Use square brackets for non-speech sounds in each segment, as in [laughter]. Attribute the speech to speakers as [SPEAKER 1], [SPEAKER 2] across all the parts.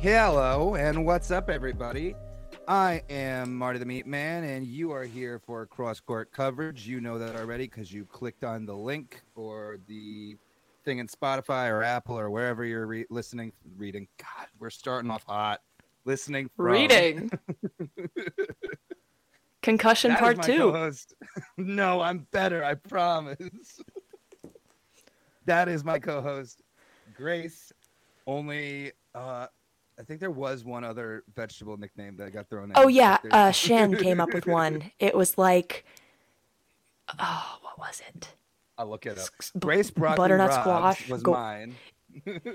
[SPEAKER 1] Hello and what's up, everybody? I am Marty the Meat Man, and you are here for cross court coverage. You know that already because you clicked on the link or the thing in Spotify or Apple or wherever you're re- listening, reading. God, we're starting off hot. Listening, from.
[SPEAKER 2] Reading. [laughs] Concussion
[SPEAKER 1] That is
[SPEAKER 2] part
[SPEAKER 1] my
[SPEAKER 2] 2
[SPEAKER 1] co-host. [laughs] no, I'm better. I promise. [laughs] that is my co-host, Grace. Only, uh, I think there was one other vegetable nickname that got thrown in.
[SPEAKER 2] Oh yeah,
[SPEAKER 1] There's-
[SPEAKER 2] uh, Shen came up with one. It was like, oh, what was it?
[SPEAKER 1] I'll look it up.
[SPEAKER 2] s- b-
[SPEAKER 1] Grace broccoli
[SPEAKER 2] butternut
[SPEAKER 1] Robs
[SPEAKER 2] squash,
[SPEAKER 1] was
[SPEAKER 2] go-
[SPEAKER 1] mine.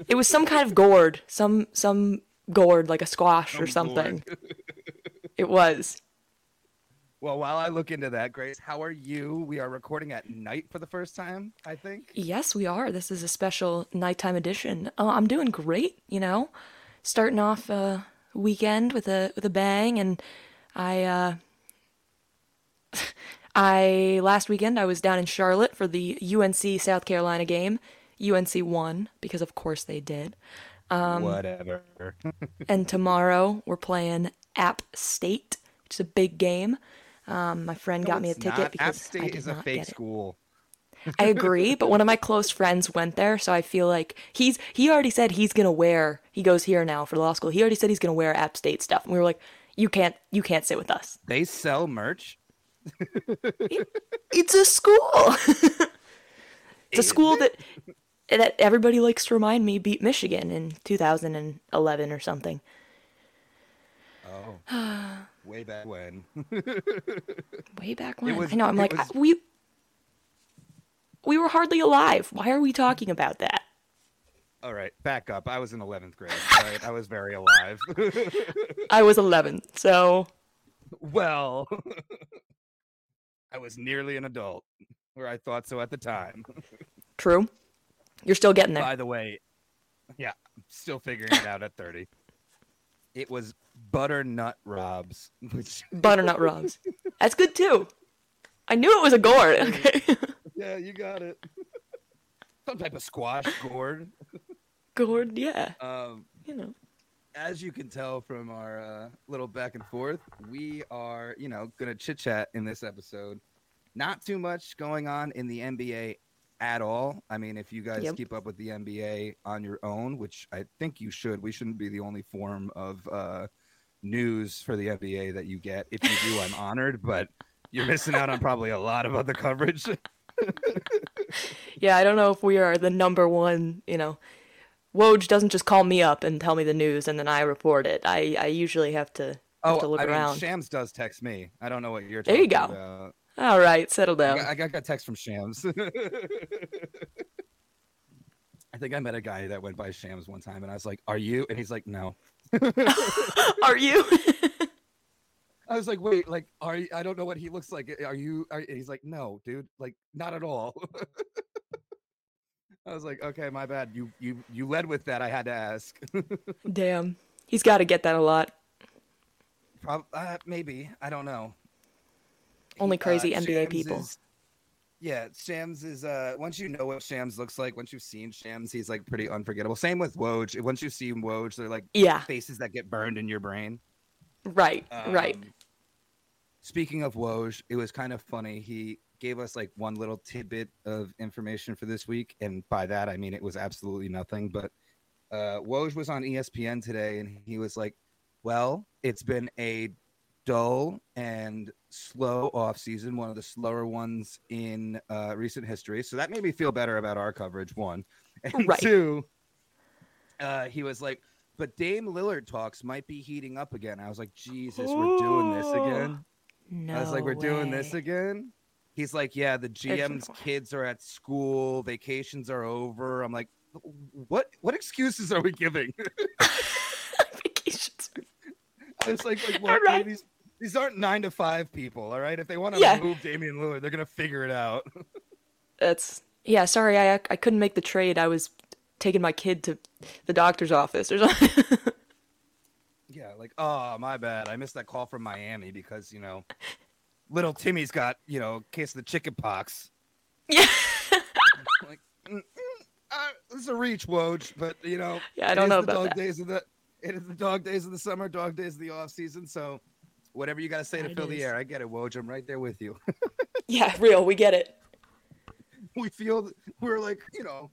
[SPEAKER 2] It was some kind of gourd, some some gourd like a squash or
[SPEAKER 1] Some gourd. [laughs]
[SPEAKER 2] something. It was.
[SPEAKER 1] Well, while I look into that, Grace, how are you? We are recording at night for the first time, I think.
[SPEAKER 2] Yes, we are. This is a special nighttime edition. Oh, I'm doing great, you know. Starting off uh weekend with a with a bang and I uh [laughs] I last weekend I was down in Charlotte for the UNC South Carolina game. UNC won because of course they did. um,
[SPEAKER 1] Whatever. Mm-hmm.
[SPEAKER 2] And tomorrow we're playing App State, which is a big game. Um, my friend got me a ticket because
[SPEAKER 1] App
[SPEAKER 2] I
[SPEAKER 1] State
[SPEAKER 2] did
[SPEAKER 1] is a
[SPEAKER 2] not
[SPEAKER 1] fake
[SPEAKER 2] get it.
[SPEAKER 1] school.
[SPEAKER 2] I agree, but one of my close friends went there, so I feel like he's he already said he's gonna wear. He goes here now for law school. He already said he's gonna wear App State stuff, and we were like, "You can't, you can't sit with us.
[SPEAKER 1] They sell merch.
[SPEAKER 2] It's a school. [laughs] it's a school that that everybody likes to remind me beat Michigan in 2011 or something.
[SPEAKER 1] Oh,
[SPEAKER 2] [sighs]
[SPEAKER 1] way back when.
[SPEAKER 2] Way back when
[SPEAKER 1] was-
[SPEAKER 2] I know, I'm
[SPEAKER 1] it
[SPEAKER 2] like
[SPEAKER 1] was-
[SPEAKER 2] I- we we were hardly alive. Why are we talking about that?
[SPEAKER 1] All right, back up. I was in 11th grade. All right, I was very alive. [laughs]
[SPEAKER 2] I was 11, so
[SPEAKER 1] well, [laughs] I was nearly an adult, or I thought so at the [laughs] time.
[SPEAKER 2] true. You're still getting there.
[SPEAKER 1] By the way, yeah, I'm still figuring it out at 30. It was butternut robs, [laughs] which
[SPEAKER 2] butternut rubs. That's good too. I knew it was a gourd. [laughs] Okay.
[SPEAKER 1] yeah, you got it. [laughs] Some type of squash gourd.
[SPEAKER 2] gourd, yeah.
[SPEAKER 1] Um,
[SPEAKER 2] You know.
[SPEAKER 1] as you can tell from our uh, little back and forth, we are, you know, going to chit chat in this episode. Not too much going on in the NBA at all. I mean, if you guys
[SPEAKER 2] Yep.
[SPEAKER 1] keep up with the NBA on your own, which I think you should, we shouldn't be the only form of uh, news for the NBA that you get. If you
[SPEAKER 2] [laughs]
[SPEAKER 1] do, I'm honored, but you're missing out on probably a lot of other coverage.
[SPEAKER 2] [laughs] Yeah, I don't know if we are the number one, you know. Woj doesn't just call me up and tell me the news and then I report it. I, I usually have to have to
[SPEAKER 1] Oh,
[SPEAKER 2] look
[SPEAKER 1] I mean,
[SPEAKER 2] around.
[SPEAKER 1] Shams does text me. I don't know what you're
[SPEAKER 2] There you
[SPEAKER 1] talking
[SPEAKER 2] go.
[SPEAKER 1] about.
[SPEAKER 2] All right, settle
[SPEAKER 1] I
[SPEAKER 2] down.
[SPEAKER 1] got- I got, got text from Shams. [laughs] I think I met a guy that went by Shams one time, and I was like, "Are you?" And he's like, "No."
[SPEAKER 2] Are you? [laughs]
[SPEAKER 1] I was like, "Wait, like, are you, I don't know what he looks like. Are you?" Are, and he's like, "No, dude, like, not at all." [laughs] I was like, "Okay, my bad. You you you led with that. I had to ask."
[SPEAKER 2] Damn. He's got to get that a lot.
[SPEAKER 1] Prob- uh, maybe I don't know.
[SPEAKER 2] Only
[SPEAKER 1] He- uh,
[SPEAKER 2] crazy NBA
[SPEAKER 1] Shams
[SPEAKER 2] people.
[SPEAKER 1] is- yeah, Shams is. Uh, once you know what Shams looks like, once you've seen Shams, he's like pretty unforgettable. Same with Woj. Once you've seen Woj, they're like
[SPEAKER 2] Yeah,
[SPEAKER 1] faces that get burned in your brain.
[SPEAKER 2] right,
[SPEAKER 1] [laughs]
[SPEAKER 2] right.
[SPEAKER 1] Um, Speaking of Woj, it was kind of funny. He gave us like one little tidbit of information for this week, and by that I mean it was absolutely nothing. But uh, Woj was on ESPN today, and he was like, "Well, it's been a dull and slow off season, one of the slower ones in uh, recent history." So that made me feel better about our coverage. One and
[SPEAKER 2] Right.
[SPEAKER 1] two, uh, he was like, "But Dame Lillard talks might be heating up again." I was like, "Jesus, we're doing this
[SPEAKER 2] Oh.
[SPEAKER 1] again."
[SPEAKER 2] No
[SPEAKER 1] I was like, "We're doing this
[SPEAKER 2] way.
[SPEAKER 1] again." He's like, "Yeah, the GM's
[SPEAKER 2] no way.
[SPEAKER 1] kids are at school, vacations are over." I'm like, "What? What excuses are we giving?" [laughs]
[SPEAKER 2] [laughs] Vacations.
[SPEAKER 1] I was like,
[SPEAKER 2] [laughs]
[SPEAKER 1] "Like,
[SPEAKER 2] All
[SPEAKER 1] what?
[SPEAKER 2] right.
[SPEAKER 1] These these aren't nine to five people, all right? If they want to
[SPEAKER 2] Yeah.
[SPEAKER 1] move Damian Lillard, they're gonna figure it out."
[SPEAKER 2] That's yeah. Sorry, I I couldn't make the trade. I was taking my kid to the doctor's office or something. [laughs]
[SPEAKER 1] Yeah, like, oh my bad, I missed that call from Miami because you know, little Timmy's got you know a case of the chicken
[SPEAKER 2] [laughs]
[SPEAKER 1] pox.
[SPEAKER 2] yeah,
[SPEAKER 1] Like, mm, mm, uh, this is a reach, Woj, but you know,
[SPEAKER 2] Yeah, I
[SPEAKER 1] it
[SPEAKER 2] don't
[SPEAKER 1] is
[SPEAKER 2] know
[SPEAKER 1] the
[SPEAKER 2] about
[SPEAKER 1] dog
[SPEAKER 2] that.
[SPEAKER 1] Days of the, it is the dog days of the summer, dog days of the off season. So whatever you got to say to
[SPEAKER 2] It
[SPEAKER 1] fill the
[SPEAKER 2] is.
[SPEAKER 1] air, I get it, Woj. I'm right there with you. [laughs]
[SPEAKER 2] Yeah, real. We get it.
[SPEAKER 1] we feel we're like you know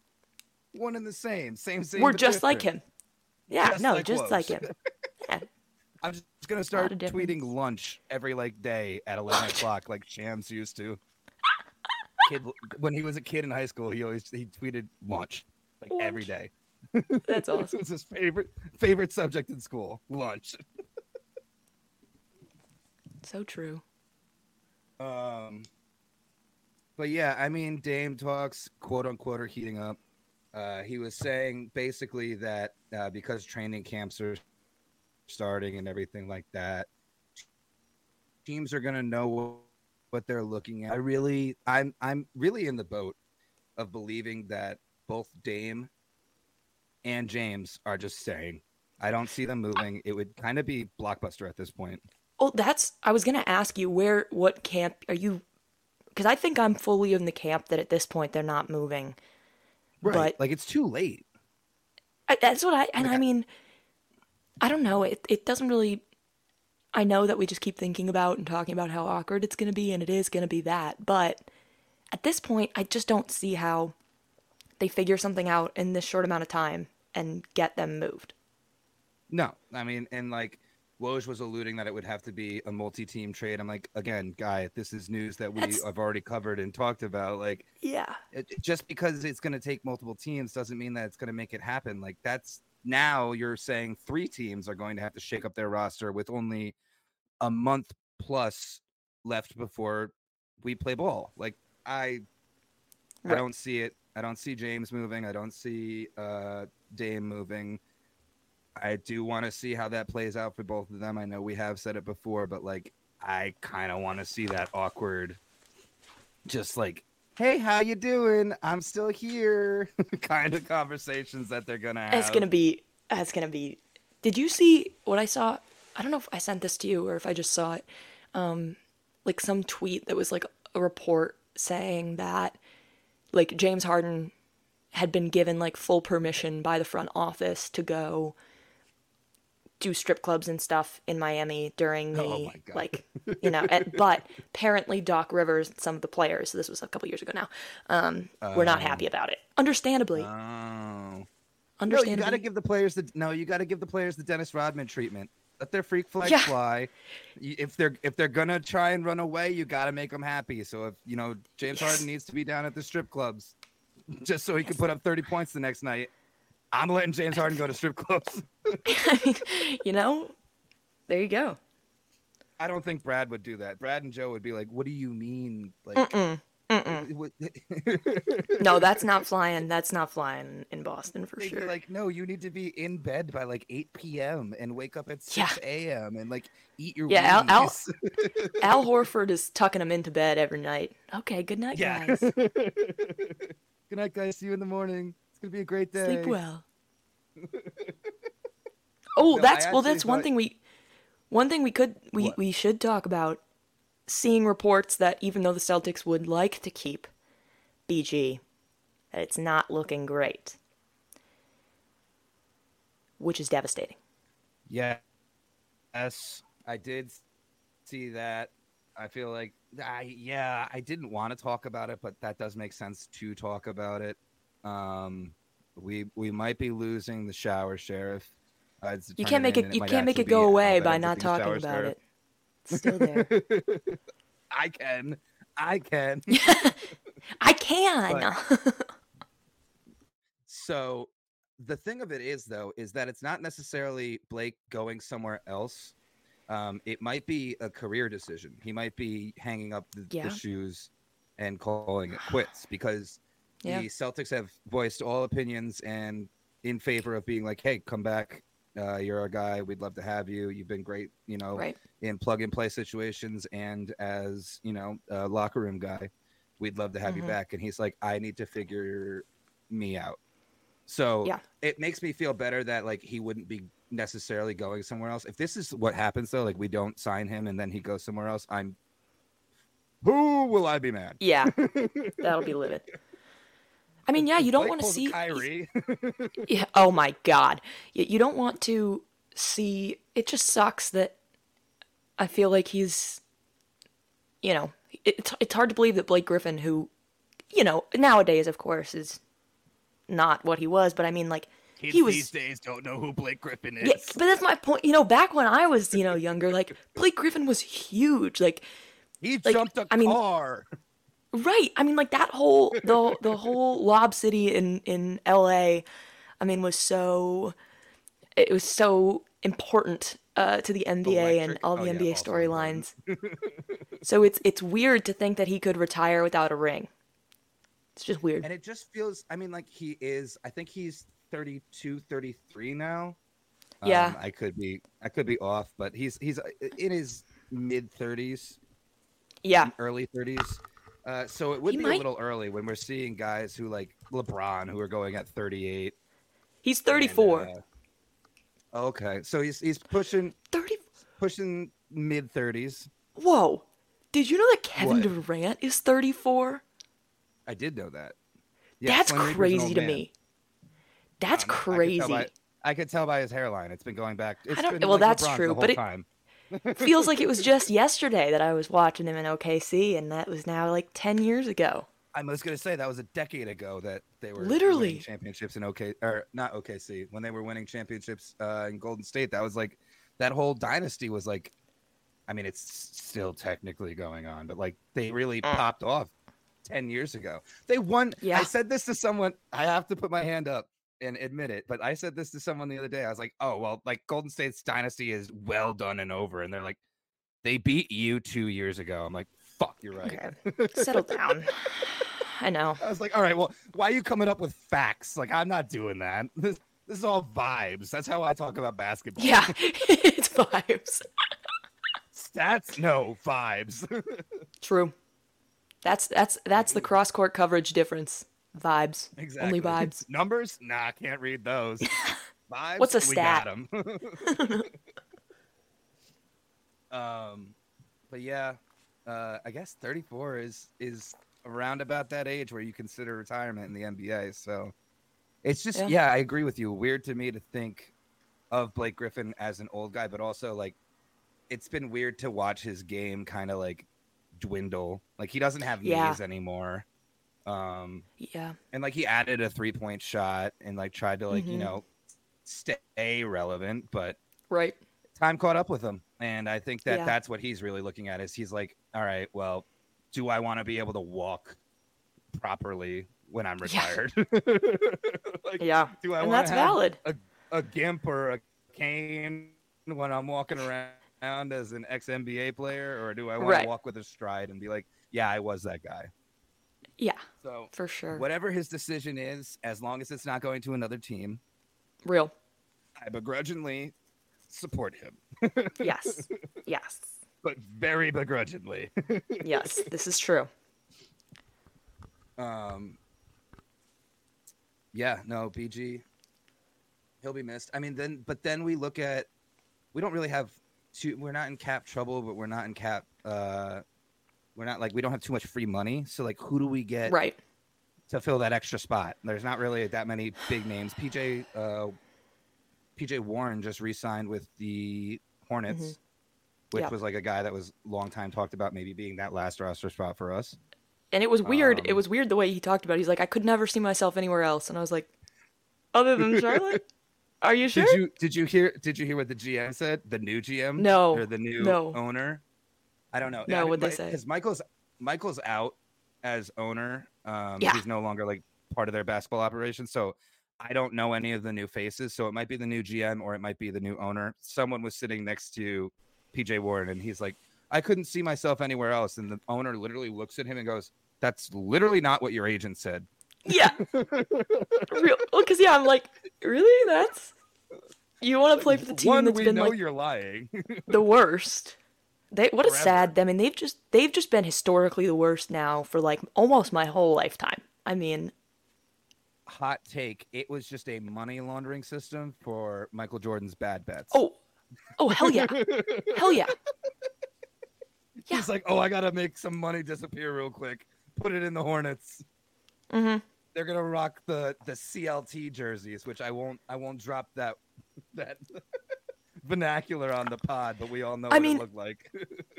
[SPEAKER 1] one and the same, same same.
[SPEAKER 2] We're
[SPEAKER 1] but
[SPEAKER 2] just like
[SPEAKER 1] different.
[SPEAKER 2] him. Yeah,
[SPEAKER 1] Just
[SPEAKER 2] no,
[SPEAKER 1] like
[SPEAKER 2] just
[SPEAKER 1] Woj. [laughs]
[SPEAKER 2] like him. Yeah.
[SPEAKER 1] I'm just gonna start
[SPEAKER 2] of difference.
[SPEAKER 1] tweeting lunch every like day at
[SPEAKER 2] [laughs]
[SPEAKER 1] 11 o'clock, like Shams used to. Kid, when he was a kid in high school, he always he tweeted lunch like every
[SPEAKER 2] Lunch.
[SPEAKER 1] day. [laughs]
[SPEAKER 2] That's
[SPEAKER 1] It
[SPEAKER 2] awesome.
[SPEAKER 1] was his favorite favorite subject in school, lunch.
[SPEAKER 2] So true.
[SPEAKER 1] Um, but yeah, I mean, Dame talks quote unquote are heating up. Uh, he was saying basically that uh, because training camps are starting and everything like that, teams are gonna know what, what they're looking at. I really, I'm, I'm really in the boat of believing that both Dame and James are just staying. I don't see them moving. It would kind of be blockbuster at this point.
[SPEAKER 2] Well, Oh, that's I was gonna ask you where what camp are you? Because I think I'm fully in the camp that at this point they're not moving. But-
[SPEAKER 1] like it's too late.
[SPEAKER 2] I, that's what I and
[SPEAKER 1] Like,
[SPEAKER 2] I
[SPEAKER 1] I-
[SPEAKER 2] mean, I don't know. It it doesn't really. I know that we just keep thinking about and talking about how awkward it's going to be, and it is going to be that. But at this point, I just don't see how they figure something out in this short amount of time and get them moved.
[SPEAKER 1] No, I mean, and like Woj was alluding that it would have to be a multi-team trade. I'm like, again, guy, this is news that we
[SPEAKER 2] That's-
[SPEAKER 1] have already covered and talked about. Like,
[SPEAKER 2] Yeah.
[SPEAKER 1] it, it- just because it's going to take multiple teams doesn't mean that it's going to make it happen. Like, that's now you're saying three teams are going to have to shake up their roster with only a month plus left before we play ball. Like, I, I
[SPEAKER 2] Right.
[SPEAKER 1] don't see it. I don't see James moving. I don't see uh, Dame moving. I do want to see how that plays out for both of them. I know we have said it before, but like I kind of want to see that awkward, just like, "Hey, how you doing? I'm still here," [laughs] kind of conversations that they're gonna have.
[SPEAKER 2] It's gonna be. It's gonna be. Did you see what I saw? I don't know if I sent this to you or if I just saw it. Um, like some tweet that was like a report saying that like James Harden had been given like full permission by the front office to go do strip clubs and stuff in Miami during the
[SPEAKER 1] Oh my God.
[SPEAKER 2] like you know and, but apparently Doc Rivers and some of the players this was a couple years ago now um were not happy about it understandably
[SPEAKER 1] Oh. No,
[SPEAKER 2] understandably
[SPEAKER 1] you got to give the players the no. You got to give the players the Dennis Rodman treatment. Let their freak flag
[SPEAKER 2] Yeah.
[SPEAKER 1] fly. Y- If they're if they're gonna try and run away, you got to make them happy. So if you know James
[SPEAKER 2] Yes.
[SPEAKER 1] Harden needs to be down at the strip clubs, just so he can put up thirty points the next night, I'm letting James Harden go to strip clubs. [laughs]
[SPEAKER 2] I mean, [laughs] you know, there you go.
[SPEAKER 1] I don't think Brad would do that. Brad and Joe would be like, "What do you mean? Like, [laughs] it would-
[SPEAKER 2] No, that's not flying. That's not flying in Boston for
[SPEAKER 1] They'd be
[SPEAKER 2] sure.
[SPEAKER 1] like, no, you need to be in bed by like 8 p.m. and wake up at
[SPEAKER 2] Yeah.
[SPEAKER 1] 6 a.m. and like eat your
[SPEAKER 2] Yeah, I'll- I'll-
[SPEAKER 1] Wheaties."
[SPEAKER 2] [laughs] Al Horford is tucking him into bed every night. Okay, good night,
[SPEAKER 1] Yeah. [laughs]
[SPEAKER 2] guys.
[SPEAKER 1] Good night, guys. See you in the morning. It's gonna be a great day.
[SPEAKER 2] Sleep [laughs] well. Oh,
[SPEAKER 1] No, I
[SPEAKER 2] that's well.
[SPEAKER 1] actually
[SPEAKER 2] That's one
[SPEAKER 1] thought-
[SPEAKER 2] thing we, one thing we could we
[SPEAKER 1] What?
[SPEAKER 2] we should talk about. Seeing reports that even though the Celtics would like to keep BG, that it's not looking great, which is devastating.
[SPEAKER 1] Yeah. Yes, I did see that. I feel like I yeah, I didn't want to talk about it, but that does make sense to talk about it. Um, we we might be losing the shower sheriff. Uh, it's
[SPEAKER 2] You
[SPEAKER 1] turning
[SPEAKER 2] can't make
[SPEAKER 1] in
[SPEAKER 2] it.
[SPEAKER 1] and
[SPEAKER 2] you
[SPEAKER 1] might
[SPEAKER 2] can't make
[SPEAKER 1] actually
[SPEAKER 2] it go
[SPEAKER 1] be
[SPEAKER 2] away
[SPEAKER 1] Al that
[SPEAKER 2] by
[SPEAKER 1] ends up
[SPEAKER 2] not
[SPEAKER 1] being the
[SPEAKER 2] talking
[SPEAKER 1] shower
[SPEAKER 2] about
[SPEAKER 1] sheriff.
[SPEAKER 2] it. It's still there.
[SPEAKER 1] I can, I can.
[SPEAKER 2] [laughs] I can.
[SPEAKER 1] So the thing of it is, though, is that it's not necessarily Blake going somewhere else. Um, it might be a career decision. He might be hanging up the, the
[SPEAKER 2] Yeah.
[SPEAKER 1] shoes and calling it
[SPEAKER 2] [sighs]
[SPEAKER 1] quits because
[SPEAKER 2] [laughs] Yeah.
[SPEAKER 1] the Celtics have voiced all opinions and in favor of being like, "Hey, come back. Uh, you're our guy. We'd love to have you. You've been great. You know,
[SPEAKER 2] right.
[SPEAKER 1] in plug and play situations and as you know a locker room guy we'd love to have
[SPEAKER 2] Mhm.
[SPEAKER 1] you back and he's like i need to figure me out so
[SPEAKER 2] Yeah.
[SPEAKER 1] it makes me feel better that like he wouldn't be necessarily going somewhere else if this is what happens though like we don't sign him and then he goes somewhere else i'm who will i be mad
[SPEAKER 2] [laughs] Yeah. That'll be livid. I mean, yeah, you don't want to see.
[SPEAKER 1] Kyrie.
[SPEAKER 2] Yeah. Oh my God. You, you don't want to see it just sucks that I feel like he's you know, it's it's hard to believe that Blake Griffin who you know, nowadays of course is not what he was, but I mean like
[SPEAKER 3] Kids
[SPEAKER 2] he was
[SPEAKER 3] these days don't know who Blake Griffin is.
[SPEAKER 2] yeah, but that's my point. You know, back when I was, you know, younger, like Blake Griffin was huge. Like,
[SPEAKER 3] he
[SPEAKER 2] like,
[SPEAKER 3] jumped a
[SPEAKER 2] I mean-
[SPEAKER 3] car.
[SPEAKER 2] right? I mean, like that whole the the whole Lob City in in L.A. I mean, was so it was so important uh, to the NBA and
[SPEAKER 1] Electric.
[SPEAKER 2] all the
[SPEAKER 1] Oh, yeah,
[SPEAKER 2] NBA
[SPEAKER 1] also
[SPEAKER 2] storylines.
[SPEAKER 1] [laughs]
[SPEAKER 2] so it's it's weird to think that he could retire without a ring. It's just weird.
[SPEAKER 1] and it just feels i mean like he is i think he's 32 33 now Um,
[SPEAKER 2] Yeah.
[SPEAKER 1] i could be i could be off but he's he's uh, in his mid 30s
[SPEAKER 2] yeah,
[SPEAKER 1] early 30s uh, so it would
[SPEAKER 2] He
[SPEAKER 1] be a
[SPEAKER 2] might-
[SPEAKER 1] little early when we're seeing guys who like lebron who are going at 38 and,
[SPEAKER 2] he's 34.
[SPEAKER 1] uh, okay so he's he's pushing
[SPEAKER 2] 30.
[SPEAKER 1] pushing mid 30s
[SPEAKER 2] Whoa. Did you know that Kevin
[SPEAKER 1] What?
[SPEAKER 2] Durant is 34?
[SPEAKER 1] i did know that
[SPEAKER 2] That's
[SPEAKER 1] Slim Reaper's an
[SPEAKER 2] crazy
[SPEAKER 1] old
[SPEAKER 2] to
[SPEAKER 1] man.
[SPEAKER 2] me. That's
[SPEAKER 1] Um, I could tell
[SPEAKER 2] crazy.
[SPEAKER 1] by- I could tell by his hairline. It's been going back. It's
[SPEAKER 2] don't-
[SPEAKER 1] been
[SPEAKER 2] well,
[SPEAKER 1] like
[SPEAKER 2] that's
[SPEAKER 1] LeBron the
[SPEAKER 2] true,
[SPEAKER 1] whole
[SPEAKER 2] but it-
[SPEAKER 1] time. [laughs]
[SPEAKER 2] Feels like it was just yesterday that I was watching him in OKC, and that was now like 10 years ago.
[SPEAKER 1] I was gonna say that was a decade ago that they were
[SPEAKER 2] Literally.
[SPEAKER 1] winning championships in OK or not OKC when they were winning championships uh, in Golden State. That was like that whole dynasty was like, I mean, it's still technically going on, but like they really popped off ten years ago. They won.
[SPEAKER 2] Yeah.
[SPEAKER 1] I said this to someone. I have to put my hand up and admit it, but I said this to someone the other day. I was like, oh well, like Golden State's dynasty is well done and over, and they're like, they beat you two years ago. I'm like, fuck, you're right.
[SPEAKER 2] Okay.
[SPEAKER 1] [laughs]
[SPEAKER 2] Settle down. I know.
[SPEAKER 1] I was like, all right, well, why are you coming up with facts? Like, I'm not doing that. [laughs] This, this is all vibes. That's how I talk about basketball.
[SPEAKER 2] Yeah, [laughs] it's vibes.
[SPEAKER 1] Stats? No, vibes. [laughs]
[SPEAKER 2] True. That's that's that's the cross court coverage difference. Vibes. Only vibes.
[SPEAKER 1] [laughs] Numbers? Nah, I can't read
[SPEAKER 2] [laughs]
[SPEAKER 1] those. vibes?
[SPEAKER 2] What's a
[SPEAKER 1] We
[SPEAKER 2] stat?
[SPEAKER 1] got 'em. [laughs] um, but yeah, uh, I guess 34 is is around about that age where you consider retirement in the NBA. So it's just
[SPEAKER 2] Yeah.
[SPEAKER 1] yeah. I agree with you. Weird to me to think of Blake Griffin as an old guy, but also like it's been weird to watch his game kind of like dwindle. Like he doesn't have
[SPEAKER 2] Yeah.
[SPEAKER 1] knees anymore. Um,
[SPEAKER 2] Yeah.
[SPEAKER 1] and like he added a three point shot and like tried to like
[SPEAKER 2] Mhm.
[SPEAKER 1] you know stay relevant but
[SPEAKER 2] Right.
[SPEAKER 1] time caught up with him and i think that
[SPEAKER 2] Yeah.
[SPEAKER 1] that's what he's really looking at is he's like all right well do i want to be able to walk properly when i'm
[SPEAKER 2] Yeah.
[SPEAKER 1] retired [laughs] like
[SPEAKER 2] Yeah.
[SPEAKER 1] do i
[SPEAKER 2] And
[SPEAKER 1] want
[SPEAKER 2] that's
[SPEAKER 1] to have
[SPEAKER 2] valid.
[SPEAKER 1] a gimp or a cane when i'm walking around as an ex nba player or do i want
[SPEAKER 2] Right.
[SPEAKER 1] to walk with a stride and be like yeah i was that guy
[SPEAKER 2] Yeah,
[SPEAKER 1] so
[SPEAKER 2] for sure.
[SPEAKER 1] whatever his decision is, as long as it's not going to another team, [laughs]
[SPEAKER 2] Real.
[SPEAKER 1] I begrudgingly support him,
[SPEAKER 2] Yes. Yes.
[SPEAKER 1] but very begrudgingly. [laughs]
[SPEAKER 2] Yes. This is true.
[SPEAKER 1] um, yeah, no, BG, he'll be missed. I mean, then, but then we look at, we don't really have too, we're not in cap trouble, but we're not in cap, uh, we're not like, we don't have too much free money. So, like, who do we get
[SPEAKER 2] Right.
[SPEAKER 1] to fill that extra spot. There's not really that many big names. PJ uh, PJ Warren just re-signed with the Hornets,
[SPEAKER 2] Mhm.
[SPEAKER 1] which
[SPEAKER 2] Yeah.
[SPEAKER 1] was like a guy that was long time talked about maybe being that last roster spot for us.
[SPEAKER 2] And it was weird. it
[SPEAKER 1] Um,
[SPEAKER 2] was weird the way he talked about it. He's like, I could never see myself anywhere else. And I was like, other
[SPEAKER 1] [laughs]
[SPEAKER 2] than Charlotte? Are you sure?
[SPEAKER 1] Did you did you hear did you hear what the GM said? The new GM?
[SPEAKER 2] No,
[SPEAKER 1] Or the new
[SPEAKER 2] no.
[SPEAKER 1] owner? I don't know.
[SPEAKER 2] No, what'd they say?
[SPEAKER 1] Because Michael's Michael's out as owner. Um
[SPEAKER 2] Yeah.
[SPEAKER 1] he's no longer like part of their basketball operation. So I don't know any of the new faces. So it might be the new GM or it might be the new owner. Someone was sitting next to PJ Warren and he's like, I couldn't see myself anywhere else. And the owner literally looks at him and goes, That's literally not what your agent said. [laughs]
[SPEAKER 2] yeah. Real. Because, yeah, I'm like, really? That's. You want to play for the team
[SPEAKER 1] One,
[SPEAKER 2] that's
[SPEAKER 1] we
[SPEAKER 2] been
[SPEAKER 1] know
[SPEAKER 2] like
[SPEAKER 1] you're lying.
[SPEAKER 2] the worst. They what a
[SPEAKER 1] Forever.
[SPEAKER 2] sad. I mean, they've just they've just been historically the worst now for like almost my whole lifetime. I mean,
[SPEAKER 1] hot take. It was just a money laundering system for Michael Jordan's bad bets.
[SPEAKER 2] oh, oh hell
[SPEAKER 1] [laughs]
[SPEAKER 2] yeah, hell yeah. yeah.
[SPEAKER 1] he's like, oh, I gotta make some money disappear real quick. Put it in the Hornets.
[SPEAKER 2] hmm
[SPEAKER 1] They're gonna rock the the CLT jerseys, which I won't. I won't drop [laughs] that that vernacular on the pod, but we all know
[SPEAKER 2] I
[SPEAKER 1] what
[SPEAKER 2] mean-
[SPEAKER 1] it looked like.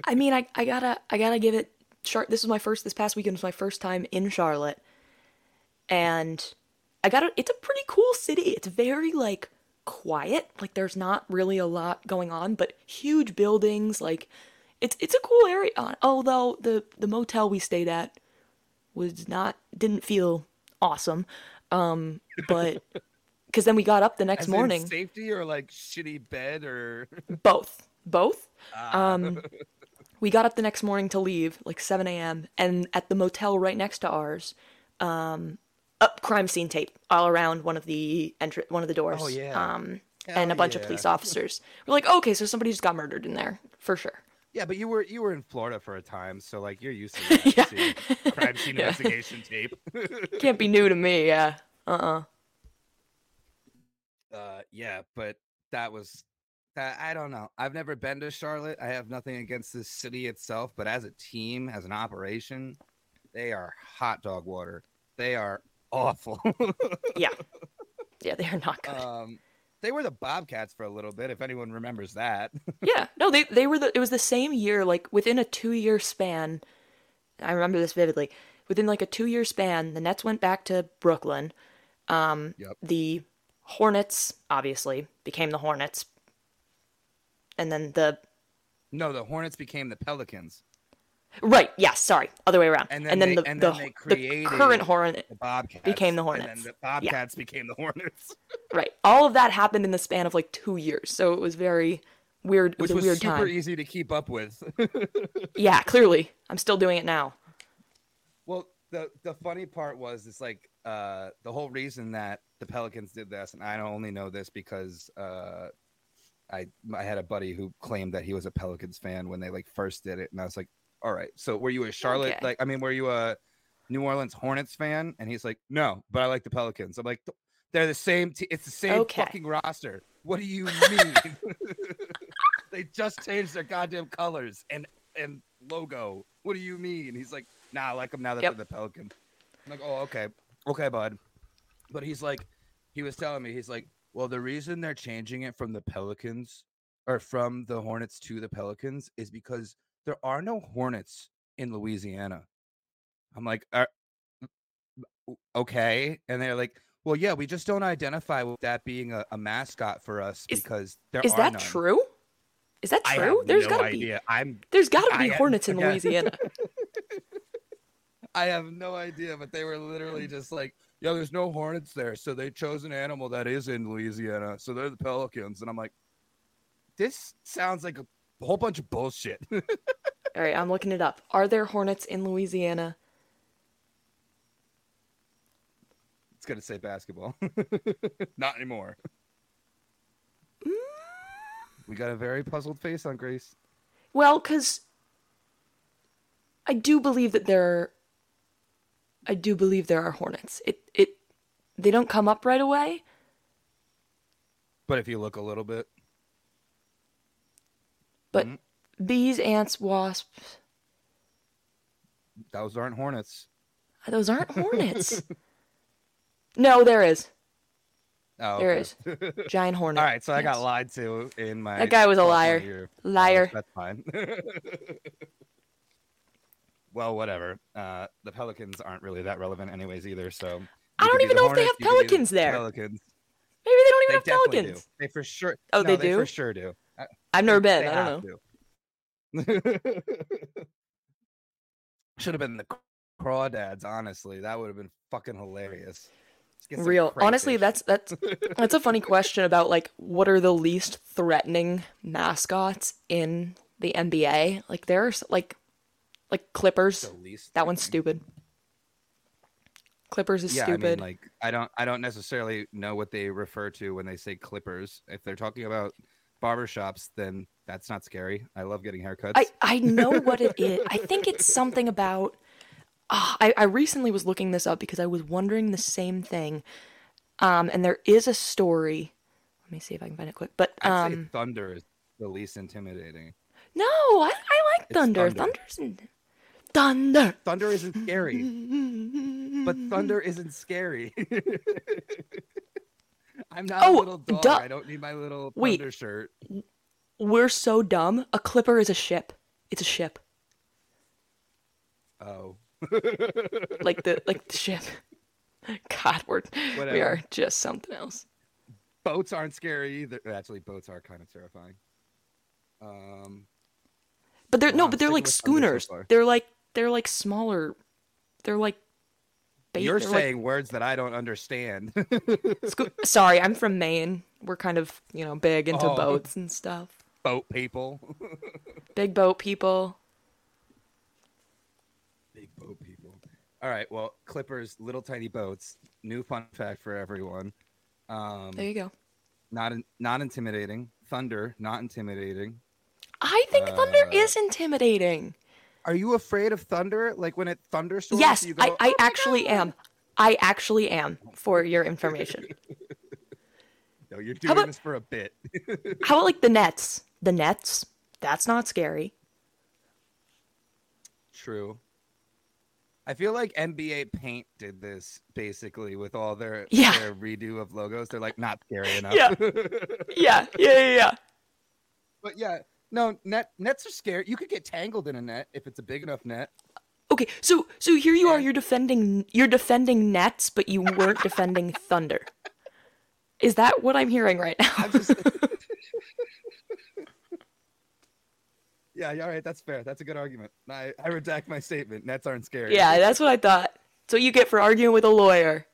[SPEAKER 2] I mean, I, I gotta I gotta give it. Char- this was my first. This past weekend was my first time in Charlotte, and I got to It's a pretty cool city. It's very like quiet. Like there's not really a lot going on, but huge buildings. Like it's it's a cool area. uh, Although the the motel we stayed at was not didn't feel awesome, um,
[SPEAKER 1] [laughs]
[SPEAKER 2] but because then we got up the next
[SPEAKER 1] As in
[SPEAKER 2] morning.
[SPEAKER 1] safety or like shitty bed or [laughs] Ah,
[SPEAKER 2] both both
[SPEAKER 3] [laughs]
[SPEAKER 2] um we got up the next morning to leave like 7 a.m and at the motel right next to ours um up crime scene tape all around one of the entr- one of the doors
[SPEAKER 1] Oh, yeah.
[SPEAKER 2] um
[SPEAKER 1] Hell
[SPEAKER 2] and a bunch of
[SPEAKER 1] yeah.
[SPEAKER 2] police officers we're like okay so somebody just got murdered in there for sure
[SPEAKER 1] yeah, but you were you were in Florida for a time, so like you're used
[SPEAKER 2] [laughs]
[SPEAKER 1] to that,
[SPEAKER 2] Yeah.
[SPEAKER 1] seeing
[SPEAKER 3] Crime
[SPEAKER 2] [laughs]
[SPEAKER 3] scene investigation tape.
[SPEAKER 1] [laughs]
[SPEAKER 2] can't be new to me yeah Uh-uh.
[SPEAKER 1] uh yeah but that was that i don't know i've never been to charlotte i have nothing against this city itself but as a team as an operation they are hot dog water they are [laughs] awful
[SPEAKER 2] yeah yeah they're not good
[SPEAKER 1] um they were the bobcats for a little bit if anyone remembers that [laughs]
[SPEAKER 2] Yeah, no, they they were the it was the same year, like within a two year span. I remember this vividly. Within like a two year span, the Nets went back to Brooklyn. Um,
[SPEAKER 1] Yep.
[SPEAKER 2] The Hornets obviously became the Hornets, and then the
[SPEAKER 1] no the hornets became the pelicans
[SPEAKER 2] right, yes, sorry, other way around,
[SPEAKER 1] And then
[SPEAKER 2] and then,
[SPEAKER 1] they-
[SPEAKER 2] the
[SPEAKER 1] and
[SPEAKER 2] the,
[SPEAKER 1] then they
[SPEAKER 2] the
[SPEAKER 1] created-
[SPEAKER 2] current Hornet,
[SPEAKER 1] the bobcats
[SPEAKER 2] Became the
[SPEAKER 1] and then
[SPEAKER 2] Hornets.
[SPEAKER 1] the
[SPEAKER 2] Yeah.
[SPEAKER 1] bobcats became the hornets
[SPEAKER 2] right? All of that happened in the span of like two years, so it was very weird. It
[SPEAKER 1] which
[SPEAKER 2] was a
[SPEAKER 1] was
[SPEAKER 2] weird
[SPEAKER 1] super e-
[SPEAKER 2] time.
[SPEAKER 1] easy to keep up with
[SPEAKER 2] Yeah, clearly, I'm still doing it now.
[SPEAKER 1] Well, the the funny part was it's like uh, the whole reason that the Pelicans did this, and I only know this because uh, I I had a buddy who claimed that he was a Pelicans fan when they like first did it, and I was like, all right, so were you a Charlotte
[SPEAKER 2] Okay.
[SPEAKER 1] like I mean, were you a New Orleans Hornets fan? And he's like, no, but I like the Pelicans. I'm like, they're the same. T- it's the same
[SPEAKER 2] Okay.
[SPEAKER 1] fucking roster. What do you mean? [laughs] they just changed their goddamn colors and and logo. What do you mean? He's like, nah, I like them now that
[SPEAKER 2] Yep.
[SPEAKER 1] they're the Pelicans. I'm like, oh, okay, okay, bud. But he's like, he was telling me, he's like, well, the reason they're changing it from the Pelicans or from the Hornets to the Pelicans is because there are no Hornets in Louisiana. I'm like, "Are- w- okay, and they're like, well, yeah, we just don't identify with that being a, a mascot for us
[SPEAKER 2] Is-
[SPEAKER 1] because there
[SPEAKER 2] Is
[SPEAKER 1] are
[SPEAKER 2] that
[SPEAKER 1] none."
[SPEAKER 2] true? Is that
[SPEAKER 3] I
[SPEAKER 2] true?
[SPEAKER 3] have
[SPEAKER 2] There's
[SPEAKER 3] no
[SPEAKER 2] gotta be.
[SPEAKER 3] idea.
[SPEAKER 1] I'm
[SPEAKER 2] There's got to be
[SPEAKER 1] I- I-
[SPEAKER 2] hornets in
[SPEAKER 1] yeah. [laughs]
[SPEAKER 2] Louisiana.
[SPEAKER 1] I have no idea, but they were literally just like, "Yo, there's no hornets there, so they chose an animal that is in Louisiana, so they're the pelicans." And I'm like, "This sounds like a whole bunch of bullshit." [laughs]
[SPEAKER 2] All right, I'm looking it up. Are there hornets in Louisiana?
[SPEAKER 1] it's gonna say basketball, [laughs] not anymore.
[SPEAKER 2] Mm.
[SPEAKER 1] we got a very puzzled face on Grace.
[SPEAKER 2] Well, because I do believe that there are. I do believe there are hornets. It it they don't come up right away.
[SPEAKER 1] But if you look a little bit,
[SPEAKER 2] But
[SPEAKER 1] Mm-hmm.
[SPEAKER 2] bees, ants, wasps,
[SPEAKER 1] those aren't hornets.
[SPEAKER 2] those
[SPEAKER 1] [laughs]
[SPEAKER 2] aren't hornets. no, there is.
[SPEAKER 1] Oh,
[SPEAKER 2] There
[SPEAKER 1] okay.
[SPEAKER 2] is.
[SPEAKER 1] [laughs]
[SPEAKER 2] Giant hornet.
[SPEAKER 1] All right, so I got
[SPEAKER 2] Yes.
[SPEAKER 1] lied to in my.
[SPEAKER 2] That guy was a
[SPEAKER 1] sophomore
[SPEAKER 2] liar.
[SPEAKER 1] year of
[SPEAKER 2] Liar.
[SPEAKER 1] college. That's fine. [laughs] well, whatever. Uh, the Pelicans aren't really that relevant, anyways, either. So you
[SPEAKER 2] I don't
[SPEAKER 1] could be
[SPEAKER 2] even
[SPEAKER 1] the
[SPEAKER 2] know if they
[SPEAKER 1] Hornets,
[SPEAKER 2] have
[SPEAKER 1] you could be the
[SPEAKER 2] pelicans there.
[SPEAKER 1] Pelicans.
[SPEAKER 2] Maybe they don't
[SPEAKER 1] They
[SPEAKER 2] even have
[SPEAKER 1] definitely
[SPEAKER 2] pelicans.
[SPEAKER 1] do. They for sure.
[SPEAKER 2] Oh,
[SPEAKER 1] no,
[SPEAKER 2] they do?
[SPEAKER 1] for sure do. I-
[SPEAKER 2] I've never been.
[SPEAKER 1] they
[SPEAKER 2] I
[SPEAKER 1] have
[SPEAKER 2] don't know.
[SPEAKER 1] to. [laughs] Should have been the crawdads. Honestly, that would have been fucking hilarious. Let's get some
[SPEAKER 2] Real. Honestly,
[SPEAKER 1] crayfish.
[SPEAKER 2] that's that's
[SPEAKER 1] [laughs]
[SPEAKER 2] that's a funny question about like what are the least threatening mascots in the NBA? Like there's like like Clippers.
[SPEAKER 1] the least.
[SPEAKER 2] that one's stupid. Clippers is
[SPEAKER 1] mm-hmm. yeah,
[SPEAKER 2] stupid.
[SPEAKER 1] I mean, like I don't, I don't necessarily know what they refer to when they say clippers. If they're talking about barbershops, then that's not scary. I love getting haircuts.
[SPEAKER 2] I I know what it is. I think it's something about. Ah, I I recently was looking this up because I was wondering the same thing. Um, and there is a story. Let me see if I can find it quick. But um,
[SPEAKER 1] I'd say thunder is the least intimidating.
[SPEAKER 2] no, I, I like
[SPEAKER 1] It's
[SPEAKER 2] thunder.
[SPEAKER 1] thunder.
[SPEAKER 2] Thunder's in thunder.
[SPEAKER 1] Thunder isn't scary, but
[SPEAKER 2] [laughs]
[SPEAKER 1] thunder isn't scary. [laughs] I'm not
[SPEAKER 2] Oh,
[SPEAKER 1] a little dog.
[SPEAKER 2] duh.
[SPEAKER 1] I don't need my little
[SPEAKER 2] Oh, Wait.
[SPEAKER 1] thunder shirt.
[SPEAKER 2] we're so dumb. A clipper is a ship. It's a ship.
[SPEAKER 1] Oh,
[SPEAKER 2] Like the like the ship. [laughs] God, we're we
[SPEAKER 1] Whatever.
[SPEAKER 2] are just something else.
[SPEAKER 1] boats aren't scary either. Actually, boats are kind of terrifying. Um,
[SPEAKER 2] But they're no,
[SPEAKER 1] I'm
[SPEAKER 2] but they're
[SPEAKER 1] sticking
[SPEAKER 2] like
[SPEAKER 1] with thunder so
[SPEAKER 2] schooners.
[SPEAKER 1] far.
[SPEAKER 2] they're like they're like smaller. They're like. ba-
[SPEAKER 1] you're
[SPEAKER 2] they're like-
[SPEAKER 1] saying words that I don't understand. [laughs]
[SPEAKER 2] Sco- Sorry, I'm from Maine. We're kind of, you know, big into
[SPEAKER 1] Oh.
[SPEAKER 2] boats and stuff.
[SPEAKER 1] Boat people.
[SPEAKER 2] Big boat people.
[SPEAKER 1] Big boat people. All right. Well, Clippers, little tiny boats. New fun fact for everyone. Um,
[SPEAKER 2] There you go.
[SPEAKER 1] not in, not intimidating. Thunder, not intimidating.
[SPEAKER 2] I think thunder
[SPEAKER 1] Uh,
[SPEAKER 2] is intimidating.
[SPEAKER 1] Are you afraid of thunder? Like when it thunderstorms?
[SPEAKER 2] Yes,
[SPEAKER 1] you go,
[SPEAKER 2] I, I actually am. I actually am for your information.
[SPEAKER 1] No, you're doing
[SPEAKER 2] How about-
[SPEAKER 1] this for a bit. [laughs]
[SPEAKER 2] How about like the nets? The nets? That's not scary.
[SPEAKER 1] True. I feel like NBA Paint did this basically with all their,
[SPEAKER 2] Yeah.
[SPEAKER 1] their redo of logos. They're like not
[SPEAKER 2] [laughs]
[SPEAKER 1] scary enough.
[SPEAKER 2] Yeah. Yeah, yeah, yeah, yeah.
[SPEAKER 1] [laughs] But yeah, no net nets are scary. You could get tangled in a net if it's a big enough net.
[SPEAKER 2] Okay, so so here you are. You're defending you're defending nets, but you weren't defending thunder. Is that what I'm hearing right now? [laughs]
[SPEAKER 1] I'm just. [laughs] yeah, yeah, all right. That's fair. That's a good argument. I, I redact my statement. Nets aren't scary.
[SPEAKER 2] Yeah, that's what I thought. So you get for arguing with a lawyer.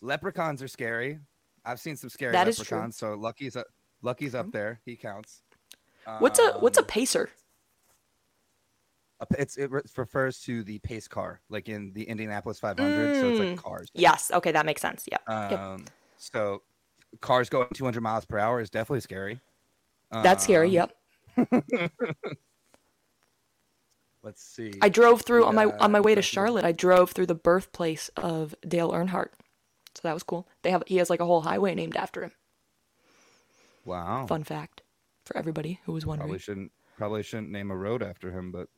[SPEAKER 1] Leprechauns are scary. I've seen some scary
[SPEAKER 2] That is true. Mm-hmm.
[SPEAKER 1] leprechauns. So Lucky's up. Lucky's up there. He counts.
[SPEAKER 2] What's a what's a
[SPEAKER 1] Um,
[SPEAKER 2] pacer?
[SPEAKER 1] a p- It's it re- refers to the pace car, like in the Indianapolis 500. So it's like
[SPEAKER 2] Mm.
[SPEAKER 1] cars.
[SPEAKER 2] Yes. Okay, that makes sense. Yep. yep.
[SPEAKER 1] Um, So cars going 200 miles per hour is definitely scary.
[SPEAKER 2] That's scary.
[SPEAKER 1] Um,
[SPEAKER 2] Yep.
[SPEAKER 1] Let's see.
[SPEAKER 2] I drove through on my
[SPEAKER 1] yeah,
[SPEAKER 2] on my way to
[SPEAKER 1] definitely.
[SPEAKER 2] Charlotte. I drove through the birthplace of Dale Earnhardt. So that was cool. They have he has like a whole highway named after him.
[SPEAKER 1] wow.
[SPEAKER 2] Fun fact for everybody who was wondering.
[SPEAKER 1] Oh. Probably shouldn't probably shouldn't name a road after him, but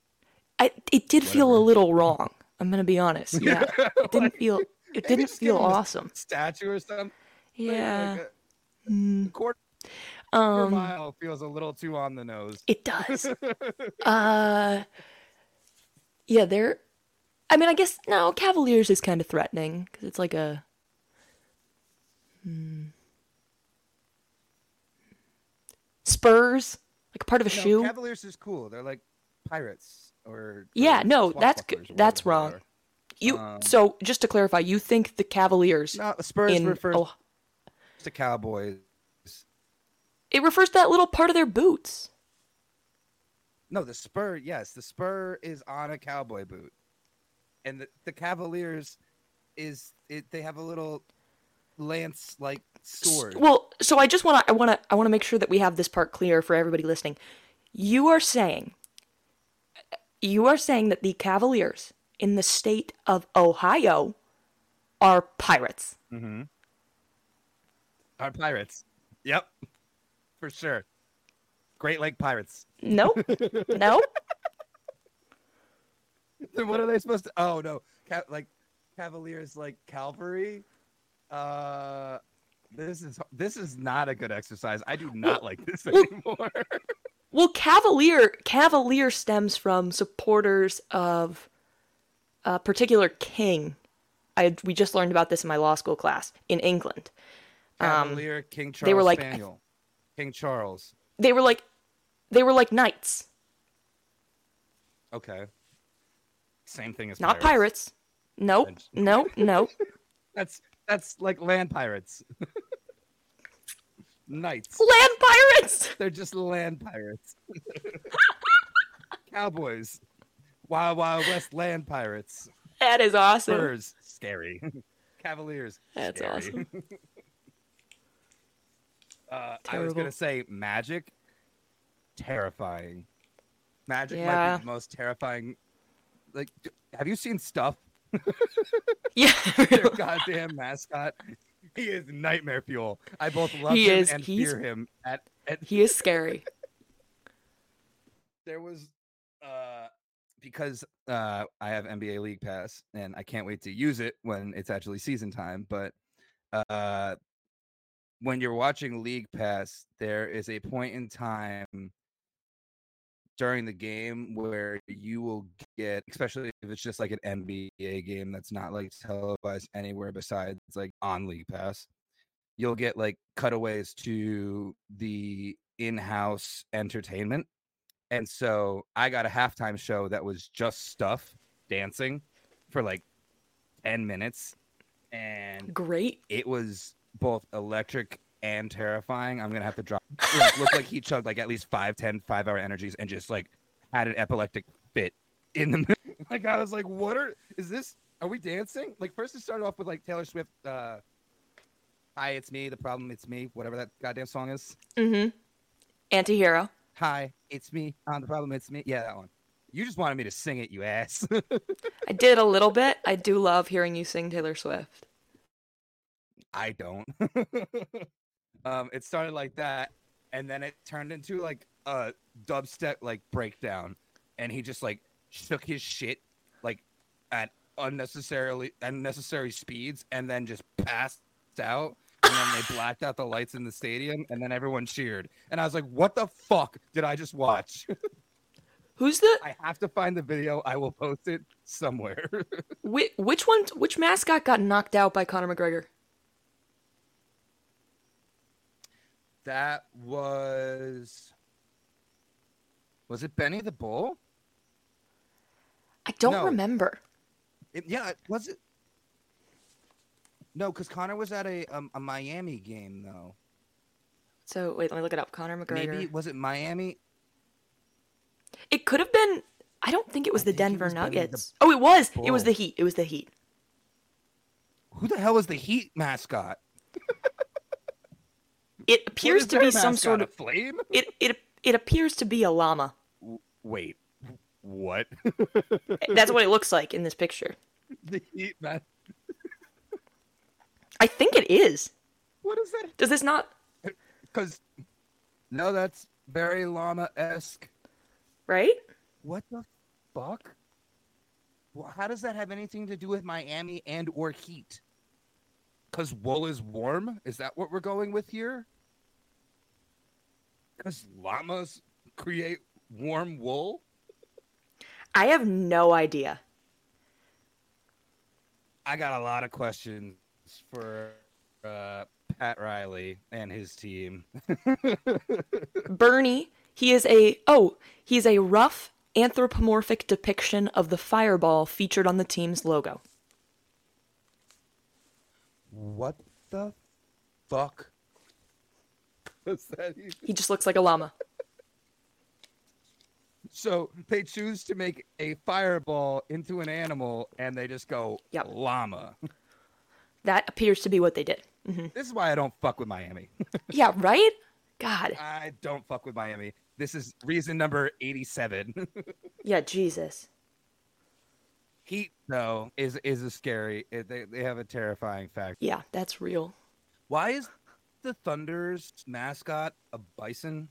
[SPEAKER 2] I it did feel a
[SPEAKER 1] Whatever.
[SPEAKER 2] little wrong. I'm gonna be honest.
[SPEAKER 1] [laughs]
[SPEAKER 2] Yeah. It didn't feel it
[SPEAKER 1] Maybe
[SPEAKER 2] didn't
[SPEAKER 1] just
[SPEAKER 2] feel
[SPEAKER 1] give him a
[SPEAKER 2] awesome.
[SPEAKER 1] statue or something.
[SPEAKER 2] Yeah.
[SPEAKER 1] Like a
[SPEAKER 2] Mm,
[SPEAKER 1] quarter
[SPEAKER 2] um
[SPEAKER 1] mile feels a little too on the nose.
[SPEAKER 2] It does. uh Yeah, they're I mean, I guess no, Cavaliers is kind of threatening cuz it's like a Hmm. Spurs, like part of a
[SPEAKER 1] No,
[SPEAKER 2] shoe.
[SPEAKER 1] Cavaliers is cool. They're like pirates or
[SPEAKER 2] Yeah,
[SPEAKER 1] or
[SPEAKER 2] no, that's
[SPEAKER 1] swashbucklers
[SPEAKER 2] good-
[SPEAKER 1] or
[SPEAKER 2] that's
[SPEAKER 1] whatever
[SPEAKER 2] wrong. you
[SPEAKER 1] um,
[SPEAKER 2] so just to clarify, you think the Cavaliers
[SPEAKER 1] they are. No, Spurs
[SPEAKER 2] in
[SPEAKER 1] refers
[SPEAKER 2] oh,
[SPEAKER 1] to cowboys.
[SPEAKER 2] it refers to that little part of their boots.
[SPEAKER 1] No, the spur. Yes, the spur is on a cowboy boot, and the, the Cavaliers is it. They have a little lance like sword.
[SPEAKER 2] Well, so I just want to I want to I want to make sure that we have this part clear for everybody listening. You are saying you are saying that the Cavaliers in the state of Ohio are pirates.
[SPEAKER 1] Mm-hmm. Are pirates? Yep, for sure. Great Lake pirates.
[SPEAKER 2] Nope. nope.
[SPEAKER 1] [laughs] Then what are they supposed to? Oh no, Ca- like Cavaliers, like cavalry. Uh, this is this is not a good exercise. I do not like [laughs] this anymore.
[SPEAKER 2] Well, Cavalier Cavalier stems from supporters of a particular king. I we just learned about this in my law school class in England.
[SPEAKER 1] Um, Cavalier, King Charles
[SPEAKER 2] they were like- I-
[SPEAKER 1] Spaniel, King Charles.
[SPEAKER 2] They were like they were like knights,
[SPEAKER 1] Okay. Same thing as
[SPEAKER 2] not pirates. Nope.
[SPEAKER 1] I just-
[SPEAKER 2] Nope. Nope.
[SPEAKER 1] That's that's like land pirates. [laughs] Knights.
[SPEAKER 2] Land pirates!
[SPEAKER 1] They're just land pirates. [laughs] Cowboys. Wild Wild West land pirates.
[SPEAKER 2] [laughs] That is awesome.
[SPEAKER 1] Spurs. Scary. Cavaliers.
[SPEAKER 2] That's
[SPEAKER 1] scary.
[SPEAKER 2] awesome.
[SPEAKER 1] [laughs] Uh, I was
[SPEAKER 2] Terrible.
[SPEAKER 1] gonna say magic. Terrifying. Magic might
[SPEAKER 2] Yeah.
[SPEAKER 1] be the most terrifying. Like, d- have you seen
[SPEAKER 2] [laughs]
[SPEAKER 1] stuff?
[SPEAKER 2] [laughs] Yeah.
[SPEAKER 1] Their goddamn mascot. He is nightmare fuel. I both love
[SPEAKER 2] He
[SPEAKER 1] him
[SPEAKER 2] is-
[SPEAKER 1] and
[SPEAKER 2] he's-
[SPEAKER 1] fear him. At, at
[SPEAKER 2] he is scary.
[SPEAKER 1] there was uh because uh I have NBA League Pass and I can't wait to use it when it's actually season time, but uh when you're watching League Pass, there is a point in time during the game where you will get, especially if it's just like an NBA game that's not like televised anywhere besides like on League Pass, you'll get like cutaways to the in house entertainment. And so I got a halftime show that was just stuff dancing for like 10 minutes. And
[SPEAKER 2] Great.
[SPEAKER 1] it was both electric and terrifying. I'm gonna have to drop. Like, looked like he chugged like at least five, ten, five hour energies and just like had an epileptic fit in the middle. [laughs] Like I was like, what are is this? Are we dancing? Like first it started off with like Taylor Swift, uh, "Hi, it's me." The problem, it's me. Whatever that goddamn song is.
[SPEAKER 2] Mm-hmm. Antihero.
[SPEAKER 1] Hi, it's me. On the problem, it's me. Yeah, that one. You just wanted me to sing it, you ass.
[SPEAKER 2] I did a little bit. I do love hearing you sing Taylor Swift.
[SPEAKER 1] I don't. [laughs] um, it started like that, and then it turned into like a dubstep like breakdown, and he just like shook his shit like at unnecessarily unnecessary speeds, and then just passed out. And then [laughs] they blacked out the lights in the stadium, and then everyone cheered. And I was like, "What the fuck did I just watch?" [laughs]
[SPEAKER 2] Who's the
[SPEAKER 1] I have to find the video. I will post it somewhere.
[SPEAKER 2] which, which one? Which mascot got knocked out by Conor McGregor?
[SPEAKER 1] that was was it Benny the Bull?
[SPEAKER 2] I don't
[SPEAKER 1] No.
[SPEAKER 2] remember.
[SPEAKER 1] It, yeah, it- was it? No, because Connor was at a um, a Miami game though.
[SPEAKER 2] So wait, let me look it up. Conor McGregor.
[SPEAKER 1] Maybe was it Miami?
[SPEAKER 2] It could have been. I don't think it was
[SPEAKER 1] I
[SPEAKER 2] the
[SPEAKER 1] think it
[SPEAKER 2] Denver
[SPEAKER 1] was Benny the
[SPEAKER 2] Nuggets. oh, it was. It was
[SPEAKER 1] Bull.
[SPEAKER 2] the Heat. It was the Heat.
[SPEAKER 1] Who the hell is the Heat mascot? What
[SPEAKER 2] It appears
[SPEAKER 1] is
[SPEAKER 2] to
[SPEAKER 1] their
[SPEAKER 2] be some sort
[SPEAKER 1] mascot,
[SPEAKER 2] of
[SPEAKER 1] a flame.
[SPEAKER 2] it. It it appears to be
[SPEAKER 1] [laughs]
[SPEAKER 2] a llama.
[SPEAKER 1] Wait,
[SPEAKER 2] [laughs]
[SPEAKER 1] what?
[SPEAKER 2] That's what it looks like in this picture.
[SPEAKER 1] the Heat mascot.
[SPEAKER 2] I think it is.
[SPEAKER 1] What is that?
[SPEAKER 2] Does this not
[SPEAKER 1] Because no, that's very llama esque.
[SPEAKER 2] right?
[SPEAKER 1] What the fuck? Well, how does that have anything to do with Miami and or heat? Cause wool is warm. Is that what we're going with here? Cause llamas create warm wool.
[SPEAKER 2] I have no idea.
[SPEAKER 1] I got a lot of questions for uh, Pat Riley and his team.
[SPEAKER 2] Bernie. He is a oh. He's a rough anthropomorphic depiction of the fireball featured on the team's logo.
[SPEAKER 1] What the [laughs] fuck? Does that even-
[SPEAKER 2] He just looks like a llama.
[SPEAKER 1] So they choose to make a fireball into an animal, and they just go
[SPEAKER 2] Yep. [laughs]
[SPEAKER 1] llama.
[SPEAKER 2] That appears to be what they did.
[SPEAKER 1] This is why I don't fuck with Miami. [laughs]
[SPEAKER 2] Yeah, right? God.
[SPEAKER 1] I don't fuck with Miami. This is reason number eighty-seven. [laughs]
[SPEAKER 2] Yeah, Jesus.
[SPEAKER 1] Heat though is is a scary. it- They they have a terrifying factor.
[SPEAKER 2] Yeah, that's real.
[SPEAKER 1] Why is the Thunder's mascot a bison?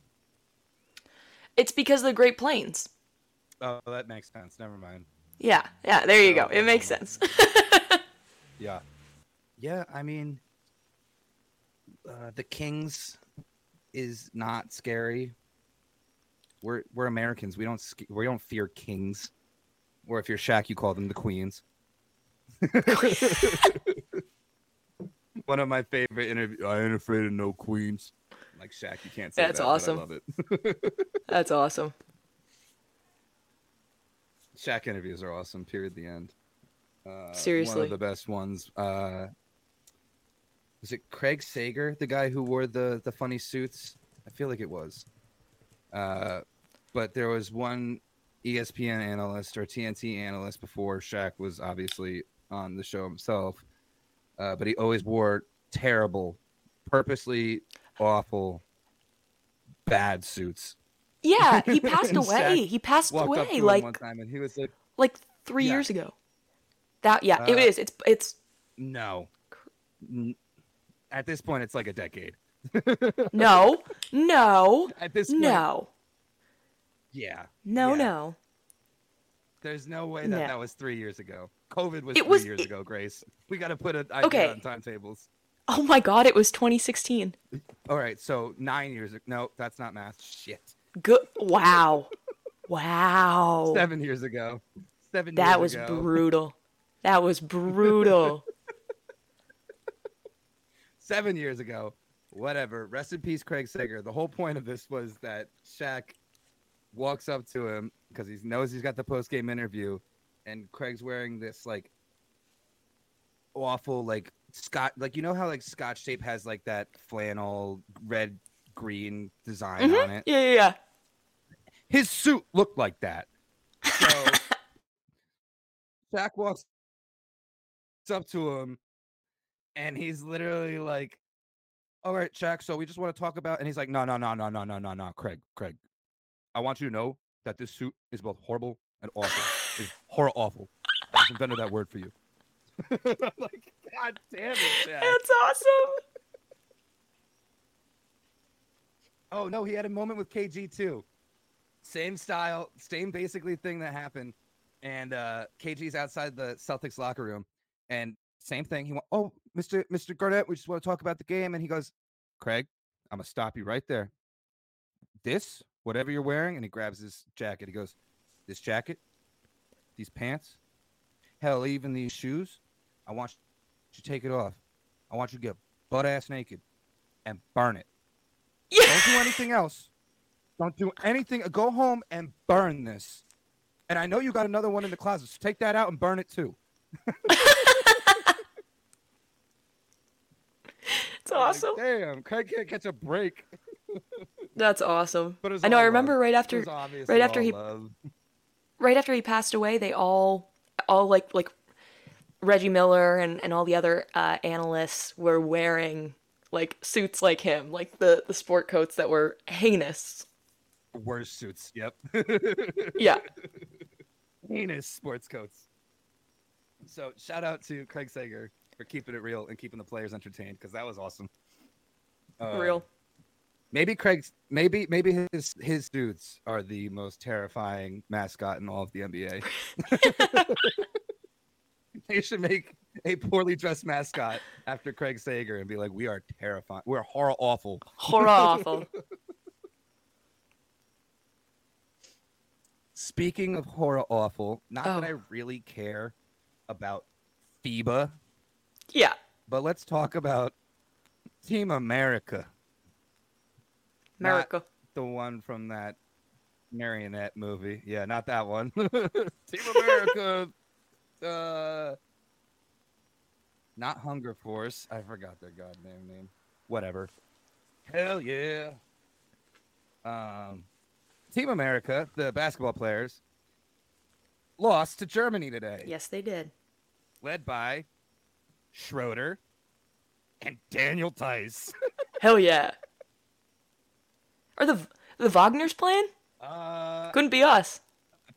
[SPEAKER 2] It's because of the Great Plains.
[SPEAKER 1] Oh, that makes sense. Never mind.
[SPEAKER 2] Yeah, yeah, there you go.
[SPEAKER 1] Okay.
[SPEAKER 2] It makes sense.
[SPEAKER 1] Yeah, yeah. I mean, uh, the Kings is not scary. We're we're Americans. We don't sc- we don't fear kings, or if you're Shaq, you call them the queens. [laughs] One of my favorite interview. I ain't afraid of no queens. Like Shaq, you can't say
[SPEAKER 2] That's
[SPEAKER 1] that, but I
[SPEAKER 2] awesome.
[SPEAKER 1] love it.
[SPEAKER 2] That's awesome.
[SPEAKER 1] Shaq interviews are awesome. Period. The end. Uh, one
[SPEAKER 2] Seriously.
[SPEAKER 1] of the best ones. Uh, was it Craig Sager, the guy who wore the the funny suits? I feel like it was. Uh, but there was one E ESPN analyst or TNT analyst before Shaq was obviously on the show himself. Uh, but he always wore terrible, purposely awful, bad suits.
[SPEAKER 2] Yeah,
[SPEAKER 1] [laughs]
[SPEAKER 2] he passed
[SPEAKER 1] And
[SPEAKER 2] away.
[SPEAKER 1] Shaq
[SPEAKER 2] He passed
[SPEAKER 1] Walked up to
[SPEAKER 2] away
[SPEAKER 1] him
[SPEAKER 2] like
[SPEAKER 1] one time, and he was like,
[SPEAKER 2] like 3
[SPEAKER 1] Yeah.
[SPEAKER 2] years ago. That yeah, it
[SPEAKER 1] Uh,
[SPEAKER 2] is. It's it's
[SPEAKER 1] No. N- At this point, it's like a decade.
[SPEAKER 2] no. No.
[SPEAKER 1] At this point,
[SPEAKER 2] No.
[SPEAKER 1] yeah,
[SPEAKER 2] No,
[SPEAKER 1] Yeah.
[SPEAKER 2] no.
[SPEAKER 1] there's no way that
[SPEAKER 2] No.
[SPEAKER 1] that was three years ago. COVID was
[SPEAKER 2] It
[SPEAKER 1] three
[SPEAKER 2] was-
[SPEAKER 1] years
[SPEAKER 2] it-
[SPEAKER 1] ago, Grace. We got to put an idea
[SPEAKER 2] Okay.
[SPEAKER 1] on timetables.
[SPEAKER 2] Oh my god, it was 2016.
[SPEAKER 1] All right, so nine years. ag- No, that's not math. Shit,
[SPEAKER 2] Good. Wow. Wow.
[SPEAKER 1] seven years ago. Seven.
[SPEAKER 2] Oh. that
[SPEAKER 1] years
[SPEAKER 2] was
[SPEAKER 1] ago.
[SPEAKER 2] brutal. That
[SPEAKER 1] [laughs]
[SPEAKER 2] was brutal.
[SPEAKER 1] seven years ago. Whatever. Rest in peace, Craig Sager. The whole point of this was that Shaq walks up to him because he knows he's got the post game interview, and Craig's wearing this like awful like Scott like you know how like Scotch tape has like that flannel red green design on it.
[SPEAKER 2] yeah, yeah, yeah.
[SPEAKER 1] His suit looked like that. So Shaq walks up to him and he's literally like, All right, Shaq, so we just want to talk about and he's like, No, no, no, no, no, no, no, no, Craig, Craig. I want you to know that this suit is both horrible and awful. it's horror awful. I just invented that word for you. [laughs] I'm like, God damn it, Shaq.
[SPEAKER 2] That's awesome.
[SPEAKER 1] Oh no, he had a moment with KG too. Same style, same basically thing that happened. And uh KG's outside the Celtics locker room, and same thing. He went, "Oh, Mister Mister Garnett, we just want to talk about the game." And he goes, "Craig, I'm gonna stop you right there. This, whatever you're wearing," and he grabs his jacket. He goes, "This jacket, these pants, hell, even these shoes. I want you to take it off. I want you to get butt ass naked and burn it."
[SPEAKER 2] Yeah.
[SPEAKER 1] Don't do anything else. Don't do anything. Go home and burn this. And I know you got another one in the closet, so take that out and burn it too.
[SPEAKER 2] That's
[SPEAKER 1] I'm like,
[SPEAKER 2] awesome.
[SPEAKER 1] Damn, Craig can't catch a break.
[SPEAKER 2] That's awesome.
[SPEAKER 1] But it was
[SPEAKER 2] I know. I
[SPEAKER 1] all
[SPEAKER 2] remember
[SPEAKER 1] love.
[SPEAKER 2] right
[SPEAKER 1] It
[SPEAKER 2] after
[SPEAKER 1] was obvious
[SPEAKER 2] right
[SPEAKER 1] it
[SPEAKER 2] after
[SPEAKER 1] all
[SPEAKER 2] he-
[SPEAKER 1] love.
[SPEAKER 2] right after he passed away, they all, all like like Reggie Miller and and all the other uh, analysts were wearing like suits like him, like the the sport coats that were heinous.
[SPEAKER 1] worst suits. Yep. [laughs]
[SPEAKER 2] Yeah,
[SPEAKER 1] Heinous sports coats. So shout out to Craig Sager for keeping it real and keeping the players entertained because that was awesome. Uh,
[SPEAKER 2] for real.
[SPEAKER 1] Maybe Craig's maybe maybe his his dudes are the most terrifying mascot in all of the
[SPEAKER 2] [laughs]
[SPEAKER 1] NBA. they should make a poorly dressed mascot after Craig Sager and be like, "We are terrifying. We're horror awful." [laughs]
[SPEAKER 2] Horror awful.
[SPEAKER 1] Speaking of horror awful, not that
[SPEAKER 2] Oh.
[SPEAKER 1] I really care about FIBA,
[SPEAKER 2] Yeah.
[SPEAKER 1] but let's talk about Team America, Not-
[SPEAKER 2] America.
[SPEAKER 1] the one from that marionette movie. Yeah, not that one. [laughs] Team America. uh, not Hunger Force. I forgot their goddamn name. Whatever. Hell yeah. Um, Team America, the basketball players, lost to Germany today,
[SPEAKER 2] Yes, they did.
[SPEAKER 1] led by Schroeder and Daniel Tice. [laughs]
[SPEAKER 2] Hell yeah. Are the the Wagner's playing?
[SPEAKER 1] Uh,
[SPEAKER 2] Couldn't be us.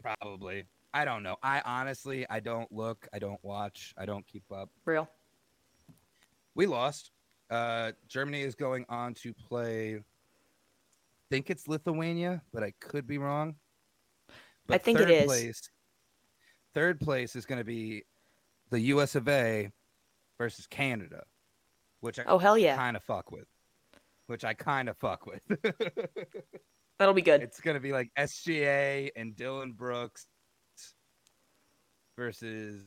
[SPEAKER 1] Probably. I don't know. I honestly, I don't look. I don't watch. I don't keep up.
[SPEAKER 2] Real.
[SPEAKER 1] We lost. Uh, Germany is going on to play. think it's Lithuania, but I could be wrong.
[SPEAKER 2] I think it is.
[SPEAKER 1] Place, third place is going to be the U.S. of A. versus Canada, which I
[SPEAKER 2] Oh hell yeah.
[SPEAKER 1] kind of fuck with. Which I kind of fuck with. [laughs]
[SPEAKER 2] That'll be good.
[SPEAKER 1] It's gonna be like SGA and Dylan Brooks versus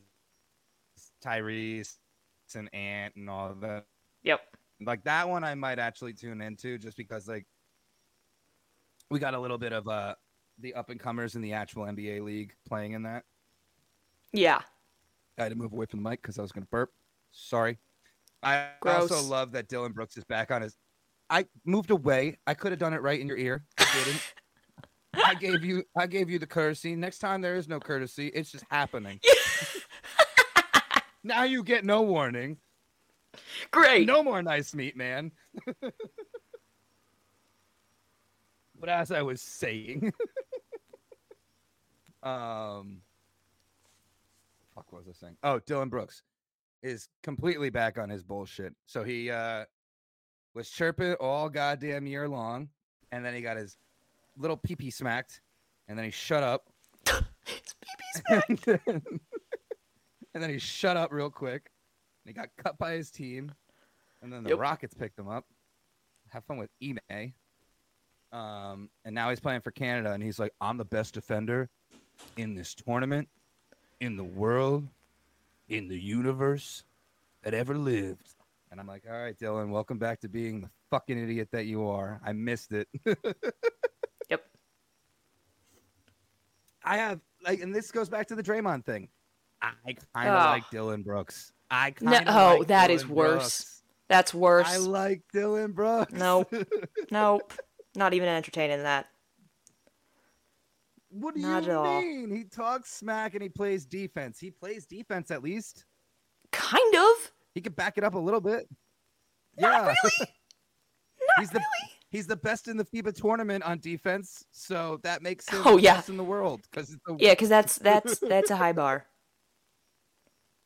[SPEAKER 1] Tyrese and Ant and all of that.
[SPEAKER 2] Yep.
[SPEAKER 1] Like that one, I might actually tune into just because like we got a little bit of uh the up and comers in the actual NBA league playing in that.
[SPEAKER 2] Yeah.
[SPEAKER 1] I had to move away from the mic because I was gonna burp. Sorry. I also
[SPEAKER 2] Gross.
[SPEAKER 1] love that Dylan Brooks is back on his. I moved away. I could have done it right in your ear. I didn't. I gave you. I gave you the courtesy. Next time there is no courtesy. It's just happening. now you get no warning.
[SPEAKER 2] Great.
[SPEAKER 1] No more nice meat, man. [laughs] but as I was saying, [laughs] um, fuck, what was I saying? Oh, Dylan Brooks is completely back on his bullshit. So he uh was chirping all goddamn year long, and then he got his little pee pee smacked, and then he shut up. and [laughs] then- and then he shut up real quick. And he got cut by his team. and then the
[SPEAKER 2] Yep.
[SPEAKER 1] Rockets picked him up. Have fun with Ime. Um, and now he's playing for Canada, and he's like, "I'm the best defender in this tournament, in the world, in the universe that ever lived." And I'm like, "All right, Dylan, welcome back to being the fucking idiot that you are. I missed it. [laughs]
[SPEAKER 2] Yep.
[SPEAKER 1] I have like, and this goes back to the Draymond thing. I kind of
[SPEAKER 2] Ugh.
[SPEAKER 1] like Dylan Brooks. I
[SPEAKER 2] No,
[SPEAKER 1] kind of
[SPEAKER 2] oh,
[SPEAKER 1] like
[SPEAKER 2] that
[SPEAKER 1] Dylan
[SPEAKER 2] is worse.
[SPEAKER 1] Brooks.
[SPEAKER 2] That's worse.
[SPEAKER 1] I like Dylan Brooks. [laughs]
[SPEAKER 2] Nope. nope. Not even entertaining that.
[SPEAKER 1] What do
[SPEAKER 2] Not
[SPEAKER 1] you
[SPEAKER 2] at all.
[SPEAKER 1] mean? He talks smack and he plays defense. He plays defense at least.
[SPEAKER 2] Kind of.
[SPEAKER 1] He can back it up a little bit.
[SPEAKER 2] Not
[SPEAKER 1] yeah. [laughs]
[SPEAKER 2] really.
[SPEAKER 1] he's the he's the best in the FIBA tournament on defense, so that makes him
[SPEAKER 2] Oh,
[SPEAKER 1] the
[SPEAKER 2] yeah.
[SPEAKER 1] best in the world because it's the
[SPEAKER 2] Yeah, because that's that's that's a high bar.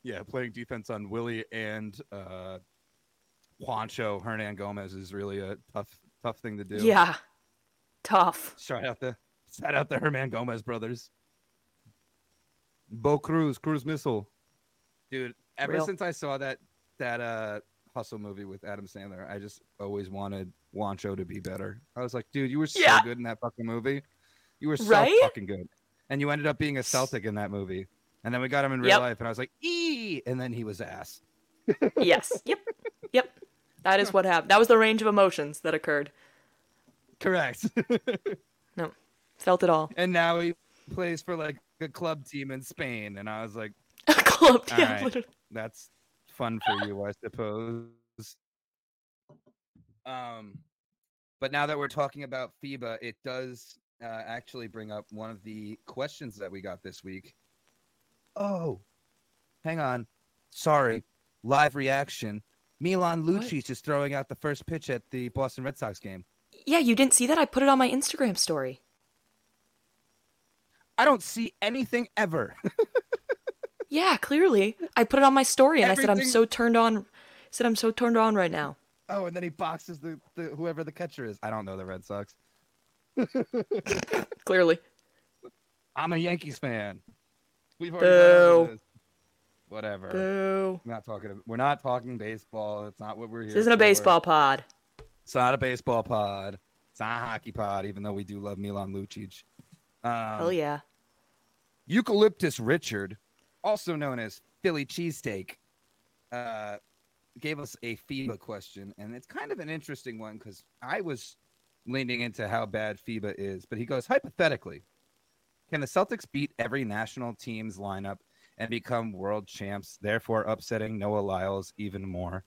[SPEAKER 1] yeah, playing defense on Willie and uh Juancho Hernan Gomez is really a tough tough thing to do.
[SPEAKER 2] Yeah. Tough.
[SPEAKER 1] Shout out the shout out the Herman Gomez brothers. Bo Cruz, Cruz Missile. Dude, ever
[SPEAKER 2] Real.
[SPEAKER 1] since I saw that that uh hustle movie with Adam Sandler, I just always wanted Wancho to be better. I was like, dude, you were so
[SPEAKER 2] Yeah.
[SPEAKER 1] good in that fucking movie. You were so
[SPEAKER 2] Right?
[SPEAKER 1] fucking good. And you ended up being a Celtic in that movie. And then we got him in real
[SPEAKER 2] Yep.
[SPEAKER 1] life and I was like, ee and then he was ass. [laughs]
[SPEAKER 2] Yes. Yep. Yep. That is what happened. That was the range of emotions that occurred.
[SPEAKER 1] Correct. [laughs]
[SPEAKER 2] No. Felt it all. [laughs]
[SPEAKER 1] and now he plays for like a club team in Spain. And I was like,
[SPEAKER 2] Clubbed. Yeah,
[SPEAKER 1] Alright.
[SPEAKER 2] literally.
[SPEAKER 1] that's fun for you, I suppose. Um, but now that we're talking about FIBA, it does uh, actually bring up one of the questions that we got this week. Oh, hang on. Sorry, live reaction. Milan
[SPEAKER 2] What?
[SPEAKER 1] Lucic is throwing out the first pitch at the Boston Red Sox game.
[SPEAKER 2] Yeah, you didn't see that? I put it on my Instagram story.
[SPEAKER 1] I don't see anything ever. [laughs]
[SPEAKER 2] Yeah, clearly. I put it on my story and I said I'm
[SPEAKER 1] Everything-
[SPEAKER 2] so turned on said I'm so turned on right now.
[SPEAKER 1] oh, and then he boxes the, the whoever the catcher is. I don't know the Red Sox.
[SPEAKER 2] Clearly.
[SPEAKER 1] I'm a Yankees fan. We've already gone over
[SPEAKER 2] Boo.
[SPEAKER 1] this. Whatever.
[SPEAKER 2] Boo.
[SPEAKER 1] We're not talking. We're not talking baseball. It's not what we're here.
[SPEAKER 2] This isn't a
[SPEAKER 1] for.
[SPEAKER 2] baseball pod.
[SPEAKER 1] It's not a baseball pod. It's not a hockey pod, even though we do love Milan Lucic. Um,
[SPEAKER 2] Hell yeah.
[SPEAKER 1] Eucalyptus Richard, also known as Philly Cheesesteak, uh, gave us a FIBA question, and it's kind of an interesting one because I was leaning into how bad FIBA is, but he goes hypothetically, can the Celtics beat every national team's lineup and become world champs, therefore upsetting Noah Lyles even more?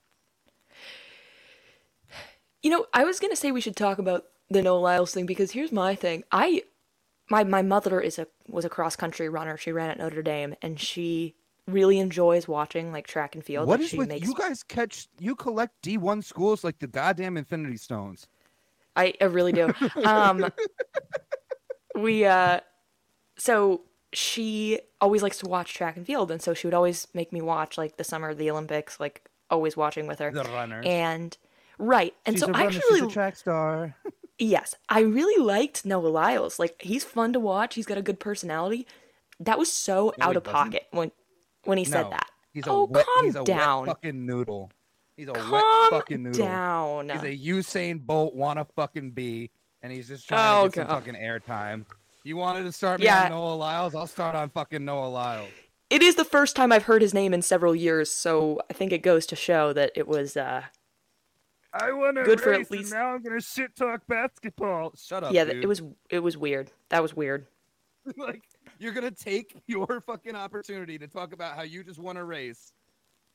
[SPEAKER 2] You know, I was gonna say we should talk about the No Lyles thing because here's my thing. I my my mother is a was a cross country runner. She ran at Notre Dame and she really enjoys watching like track and field.
[SPEAKER 1] What
[SPEAKER 2] Like,
[SPEAKER 1] is
[SPEAKER 2] she
[SPEAKER 1] with
[SPEAKER 2] makes
[SPEAKER 1] you guys? Catch you collect D one schools like the goddamn Infinity Stones.
[SPEAKER 2] I, I really do. Um, we uh, so she always likes to watch track and field, and so she would always make me watch like the summer of the Olympics, like always watching with her.
[SPEAKER 1] The runners.
[SPEAKER 2] And right, and
[SPEAKER 1] She's a
[SPEAKER 2] so
[SPEAKER 1] runner,
[SPEAKER 2] I actually
[SPEAKER 1] she's a track star.
[SPEAKER 2] Yes, I really liked Noah Lyles. Like he's fun to watch. He's got a good personality. That was so
[SPEAKER 1] No,
[SPEAKER 2] out
[SPEAKER 1] he
[SPEAKER 2] of
[SPEAKER 1] doesn't.
[SPEAKER 2] pocket when when he said
[SPEAKER 1] No,
[SPEAKER 2] that.
[SPEAKER 1] He's a
[SPEAKER 2] oh,
[SPEAKER 1] wet,
[SPEAKER 2] calm
[SPEAKER 1] he's a
[SPEAKER 2] down.
[SPEAKER 1] Wet fucking noodle. He's a
[SPEAKER 2] calm
[SPEAKER 1] wet fucking noodle.
[SPEAKER 2] down.
[SPEAKER 1] He's a Usain Bolt wanna fucking be, and he's just trying
[SPEAKER 2] Oh,
[SPEAKER 1] to get some
[SPEAKER 2] God.
[SPEAKER 1] fucking airtime. You wanted to start me
[SPEAKER 2] Yeah.
[SPEAKER 1] on Noah Lyles? I'll start on fucking Noah Lyles.
[SPEAKER 2] It is the first time I've heard his name in several years, so I think it goes to show that it was uh
[SPEAKER 1] I want to
[SPEAKER 2] Good for at race, and least-
[SPEAKER 1] now I'm gonna shit talk basketball. Shut up,
[SPEAKER 2] yeah, that
[SPEAKER 1] dude.
[SPEAKER 2] it was it was weird. That was weird.
[SPEAKER 1] [laughs] like you're gonna take your fucking opportunity to talk about how you just won a race,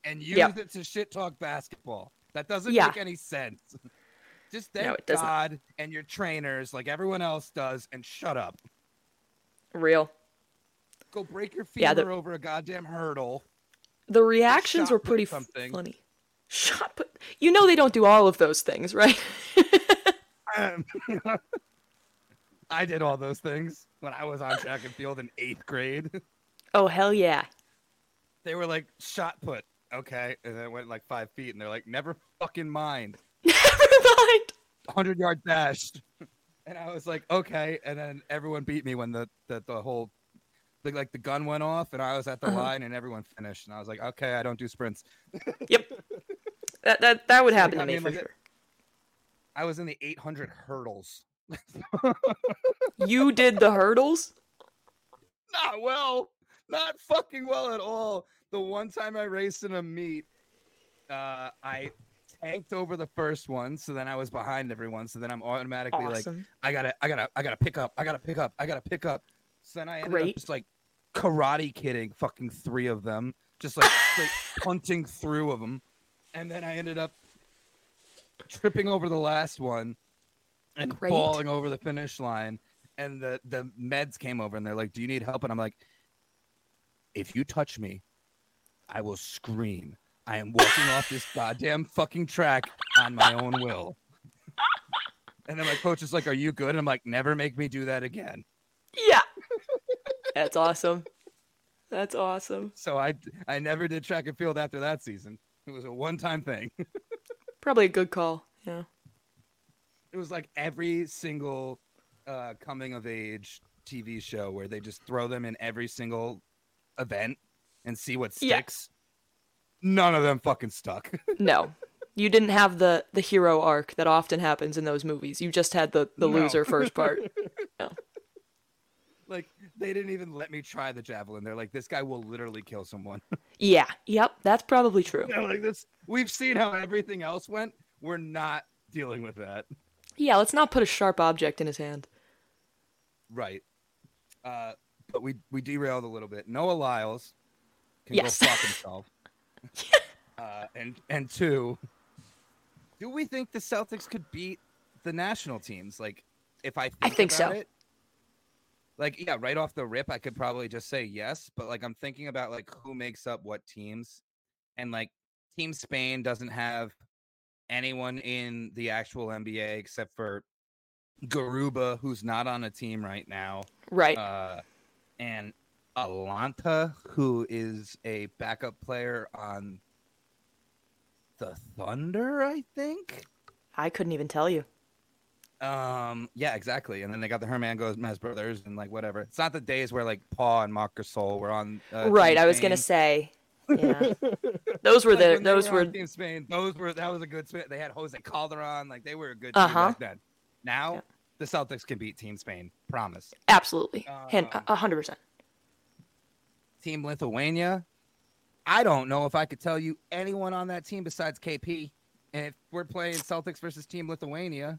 [SPEAKER 1] and use
[SPEAKER 2] Yeah.
[SPEAKER 1] it to shit talk basketball. That doesn't
[SPEAKER 2] Yeah.
[SPEAKER 1] make any sense. [laughs] Just thank
[SPEAKER 2] No, it doesn't.
[SPEAKER 1] God and your trainers, like everyone else does, and shut up.
[SPEAKER 2] Real.
[SPEAKER 1] Go break your femur
[SPEAKER 2] Yeah, the-
[SPEAKER 1] over a goddamn hurdle. [laughs]
[SPEAKER 2] The reactions
[SPEAKER 1] shot
[SPEAKER 2] were
[SPEAKER 1] put
[SPEAKER 2] pretty f-
[SPEAKER 1] something.
[SPEAKER 2] funny. Shot put. You know they don't do all of those things, right? [laughs]
[SPEAKER 1] Um, I did all those things when I was on track and field in eighth grade. [laughs]
[SPEAKER 2] oh hell yeah. [laughs]
[SPEAKER 1] They were like shot put, okay, and then it went like five feet, and they're like, never fucking mind.
[SPEAKER 2] Never mind.
[SPEAKER 1] 100 yard dash. [laughs] And I was like, okay. And then everyone beat me when the, the, the whole, like, like the gun went off and I was at the
[SPEAKER 2] Uh-huh.
[SPEAKER 1] line and everyone finished. And I was like, okay, I don't do sprints.
[SPEAKER 2] Yep. That that that would happen
[SPEAKER 1] I
[SPEAKER 2] to me
[SPEAKER 1] mean,
[SPEAKER 2] for
[SPEAKER 1] like,
[SPEAKER 2] sure.
[SPEAKER 1] I was in the 800 hurdles. [laughs]
[SPEAKER 2] You did the hurdles?
[SPEAKER 1] Not well. Not fucking well at all. The one time I raced in a meet, uh, I tanked over the first one, so then I was behind everyone. So then I'm automatically [laughs] like,
[SPEAKER 2] Awesome.
[SPEAKER 1] I gotta, I gotta, I gotta pick up. I gotta pick up. I gotta pick up. So then I ended
[SPEAKER 2] Great.
[SPEAKER 1] up just like karate kidding fucking three of them, just like straight punting through of them, and then I ended up tripping over the last one and
[SPEAKER 2] Great.
[SPEAKER 1] falling over the finish line. And the the meds came over and they're like, "Do you need help?" And I'm like, "If you touch me, I will scream. I am walking off this goddamn fucking track on my own will." And then my coach is like, "Are you good?" And I'm like, "Never make me do that again."
[SPEAKER 2] Yeah. That's awesome. That's awesome.
[SPEAKER 1] So I I never did track and field after that season. It was a one-time thing.
[SPEAKER 2] Probably a good call. Yeah.
[SPEAKER 1] It was like every single uh, coming of age TV show where they just throw them in every single event and see what
[SPEAKER 2] Yeah.
[SPEAKER 1] sticks. None of them fucking stuck. [laughs]
[SPEAKER 2] No. You didn't have the the hero arc that often happens in those movies. You just had the the
[SPEAKER 1] No.
[SPEAKER 2] loser first part.
[SPEAKER 1] [laughs] like they didn't even let me try the javelin. They're like, this guy will literally kill someone. [laughs]
[SPEAKER 2] Yeah. Yep. That's probably true.
[SPEAKER 1] They're like this. We've seen how everything else went. We're not dealing with that.
[SPEAKER 2] Yeah. Let's not put a sharp object in his hand.
[SPEAKER 1] Right. Uh, but we we derailed a little bit. Noah Lyles can
[SPEAKER 2] Yes.
[SPEAKER 1] go fuck himself. uh, and and two, do we think the Celtics could beat the national teams? Like, if I think
[SPEAKER 2] I think
[SPEAKER 1] about
[SPEAKER 2] so.
[SPEAKER 1] it, like yeah, right off the rip, I could probably just say yes. But like, I'm thinking about like who makes up what teams, and like Team Spain doesn't have anyone in the actual NBA except for Garuba, who's not on a team right now
[SPEAKER 2] Right.
[SPEAKER 1] uh, and Alanta, who is a backup player on the Thunder, I think.
[SPEAKER 2] I couldn't even tell you.
[SPEAKER 1] Um, yeah, exactly. And then they got the Herman Gomez brothers and like whatever. It's not the days where like Paul and Marc Gasol were on. Uh,
[SPEAKER 2] right.
[SPEAKER 1] Team
[SPEAKER 2] I was gonna
[SPEAKER 1] Spain.
[SPEAKER 2] say. [laughs] Yeah. those were
[SPEAKER 1] Like,
[SPEAKER 2] the
[SPEAKER 1] when they
[SPEAKER 2] those
[SPEAKER 1] were
[SPEAKER 2] were
[SPEAKER 1] on Team Spain. Those were that was a good. Sp- They had Jose Calderon. Like they were a good
[SPEAKER 2] Uh-huh.
[SPEAKER 1] team back then. Now
[SPEAKER 2] Yeah.
[SPEAKER 1] the Celtics can beat Team Spain. Promise.
[SPEAKER 2] absolutely Hen-
[SPEAKER 1] Um,
[SPEAKER 2] a hundred percent.
[SPEAKER 1] Team Lithuania. I don't know if I could tell you anyone on that team besides KP. And if we're playing Celtics versus Team Lithuania,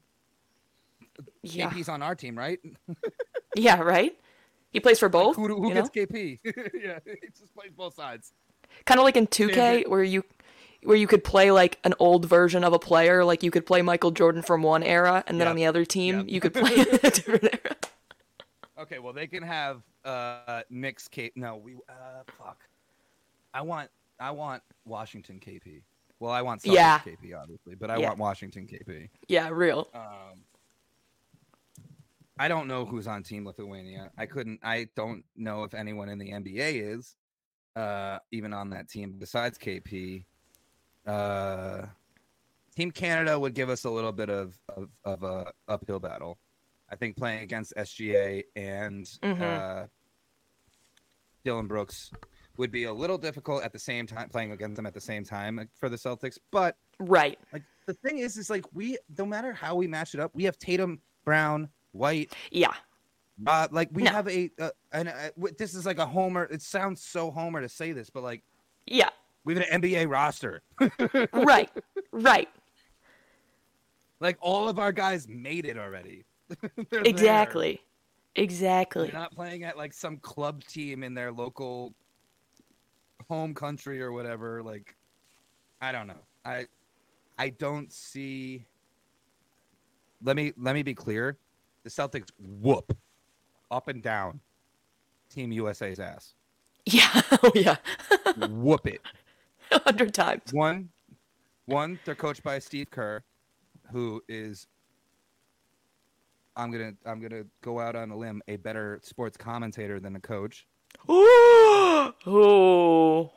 [SPEAKER 2] Yeah.
[SPEAKER 1] KP's on our team, right?
[SPEAKER 2] Yeah. Right. He plays for both.
[SPEAKER 1] Who, do- who
[SPEAKER 2] you know?
[SPEAKER 1] gets KP? [laughs] yeah, he just plays both sides.
[SPEAKER 2] kind of like in 2K
[SPEAKER 1] Favorite-
[SPEAKER 2] where you where you could play like an old version of a player like you could play Michael Jordan from one era and then on
[SPEAKER 1] Yep.
[SPEAKER 2] the other team
[SPEAKER 1] Yep.
[SPEAKER 2] you could play a different
[SPEAKER 1] [laughs]
[SPEAKER 2] era.
[SPEAKER 1] Okay, well they can have uh Knicks KP. No, we uh fuck. I want I want Washington KP. Well, I want Celtics
[SPEAKER 2] Yeah.
[SPEAKER 1] KP obviously, but I
[SPEAKER 2] Yeah.
[SPEAKER 1] want Washington KP.
[SPEAKER 2] Yeah, real.
[SPEAKER 1] Um, I don't know who's on Team Lithuania. I couldn't. I don't know if anyone in the NBA is uh, even on that team besides KP. Uh, team Canada would give us a little bit of of, of a uphill battle. I think playing against SGA and
[SPEAKER 2] Mhm.
[SPEAKER 1] uh, Dylan Brooks would be a little difficult at the same time playing against them at the same time for the Celtics, but
[SPEAKER 2] Right.
[SPEAKER 1] like the thing is, is like we no matter how we match it up, we have Tatum, Brown, White,
[SPEAKER 2] Yeah.
[SPEAKER 1] uh, like we
[SPEAKER 2] No.
[SPEAKER 1] have a uh, and uh, w- this is like a homer. It sounds so homer to say this, but like [laughs]
[SPEAKER 2] Yeah.
[SPEAKER 1] we have an NBA roster.
[SPEAKER 2] Right. right.
[SPEAKER 1] Like all of our guys made it already. [laughs] They're there.
[SPEAKER 2] Exactly. Exactly.
[SPEAKER 1] They're not playing at like some club team in their local home country or whatever. Like, I don't know. I I don't see. Let me let me be clear. The Celtics whoop up and down Team USA's ass.
[SPEAKER 2] [laughs] Yeah. Oh yeah.
[SPEAKER 1] whoop it.
[SPEAKER 2] A
[SPEAKER 1] [gasps]
[SPEAKER 2] hundred times.
[SPEAKER 1] One, one. They're coached by Steve Kerr, who is. I'm gonna I'm gonna go out on a limb. A better sports commentator than a coach.
[SPEAKER 2] Ooh.
[SPEAKER 1] Oh.
[SPEAKER 2] Ooh.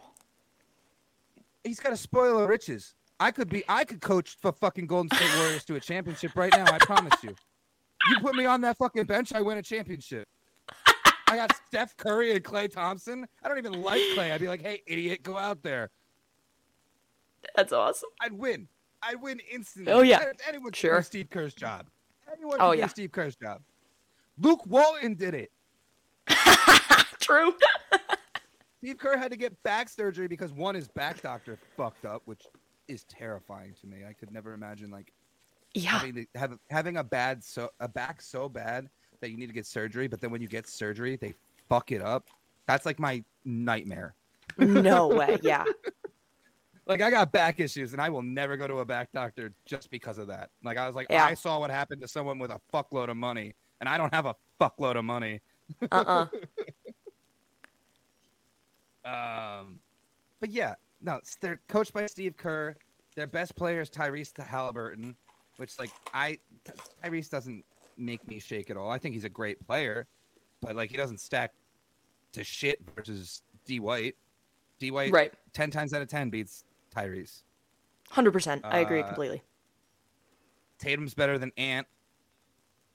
[SPEAKER 1] He's got a spoiler of riches. I could be I could coach for fucking Golden State Warriors to a championship right now, I promise you. You put me on that fucking bench, I win a championship. I got Steph Curry and Clay Thompson. I don't even like Clay. I'd be like, hey, idiot, go out there.
[SPEAKER 2] That's awesome. [laughs]
[SPEAKER 1] I'd win. I'd win instantly.
[SPEAKER 2] Oh, yeah.
[SPEAKER 1] If anyone
[SPEAKER 2] Sure.
[SPEAKER 1] could do Steve Kerr's job. Anyone
[SPEAKER 2] Oh,
[SPEAKER 1] could
[SPEAKER 2] yeah.
[SPEAKER 1] do Steve Kerr's job. Luke Walton did it.
[SPEAKER 2] True.
[SPEAKER 1] Steve Kerr had to get back surgery because one his back doctor fucked up, which is terrifying to me. I could never imagine like
[SPEAKER 2] Yeah.
[SPEAKER 1] having to, have, having a bad so a back so bad that you need to get surgery, but then when you get surgery, they fuck it up. That's like my nightmare. [laughs]
[SPEAKER 2] No way. Yeah.
[SPEAKER 1] Like I got back issues, and I will never go to a back doctor just because of that. Like I was like,
[SPEAKER 2] Yeah.
[SPEAKER 1] I saw what happened to someone with a fuckload of money, and I don't have a fuckload of money.
[SPEAKER 2] Uh-uh.
[SPEAKER 1] Um, but yeah, no, it's- they're coached by Steve Kerr. Their best player is Tyrese Halliburton, which like I Tyrese doesn't make me shake at all. I think he's a great player, but like he doesn't stack to shit versus D White. D White
[SPEAKER 2] Right.
[SPEAKER 1] ten times out of ten beats Tyrese.
[SPEAKER 2] 100%. I agree
[SPEAKER 1] Uh,
[SPEAKER 2] completely.
[SPEAKER 1] Tatum's better than Ant.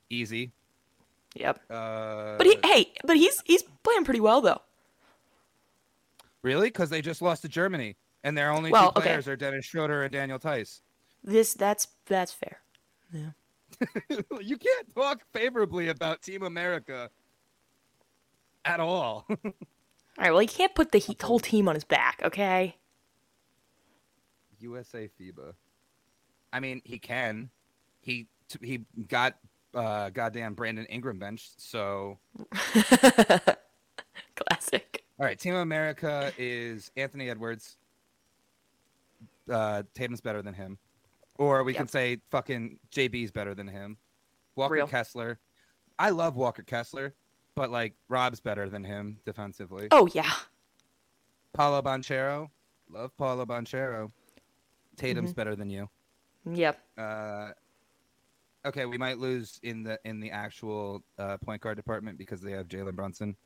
[SPEAKER 1] Easy.
[SPEAKER 2] Yep.
[SPEAKER 1] Uh,
[SPEAKER 2] But he hey, but he's he's playing pretty well though.
[SPEAKER 1] really because they just lost to Germany, and their only
[SPEAKER 2] Well,
[SPEAKER 1] two
[SPEAKER 2] okay.
[SPEAKER 1] players are Dennis Schroeder and Daniel Tice.
[SPEAKER 2] This that's that's fair.
[SPEAKER 1] you can't talk favorably about Team America at all. [laughs]
[SPEAKER 2] All right, well, he can't put the he- whole team on his back, okay?
[SPEAKER 1] USA FIBA. I mean, he can. He t- he got uh, goddamn Brandon Ingram benched. So
[SPEAKER 2] Classic.
[SPEAKER 1] all right, Team America is Anthony Edwards. Uh, Tatum's better than him, or we
[SPEAKER 2] Yeah.
[SPEAKER 1] can say fucking JB's better than him. Walker
[SPEAKER 2] Real.
[SPEAKER 1] Kessler. I love Walker Kessler, but like Rob's better than him defensively.
[SPEAKER 2] Oh yeah.
[SPEAKER 1] Paulo Banchero. Love Paulo Banchero. Tatum's better than you.
[SPEAKER 2] Yep.
[SPEAKER 1] Uh, okay, we might lose in the in the actual uh, point guard department because they have Jalen Brunson.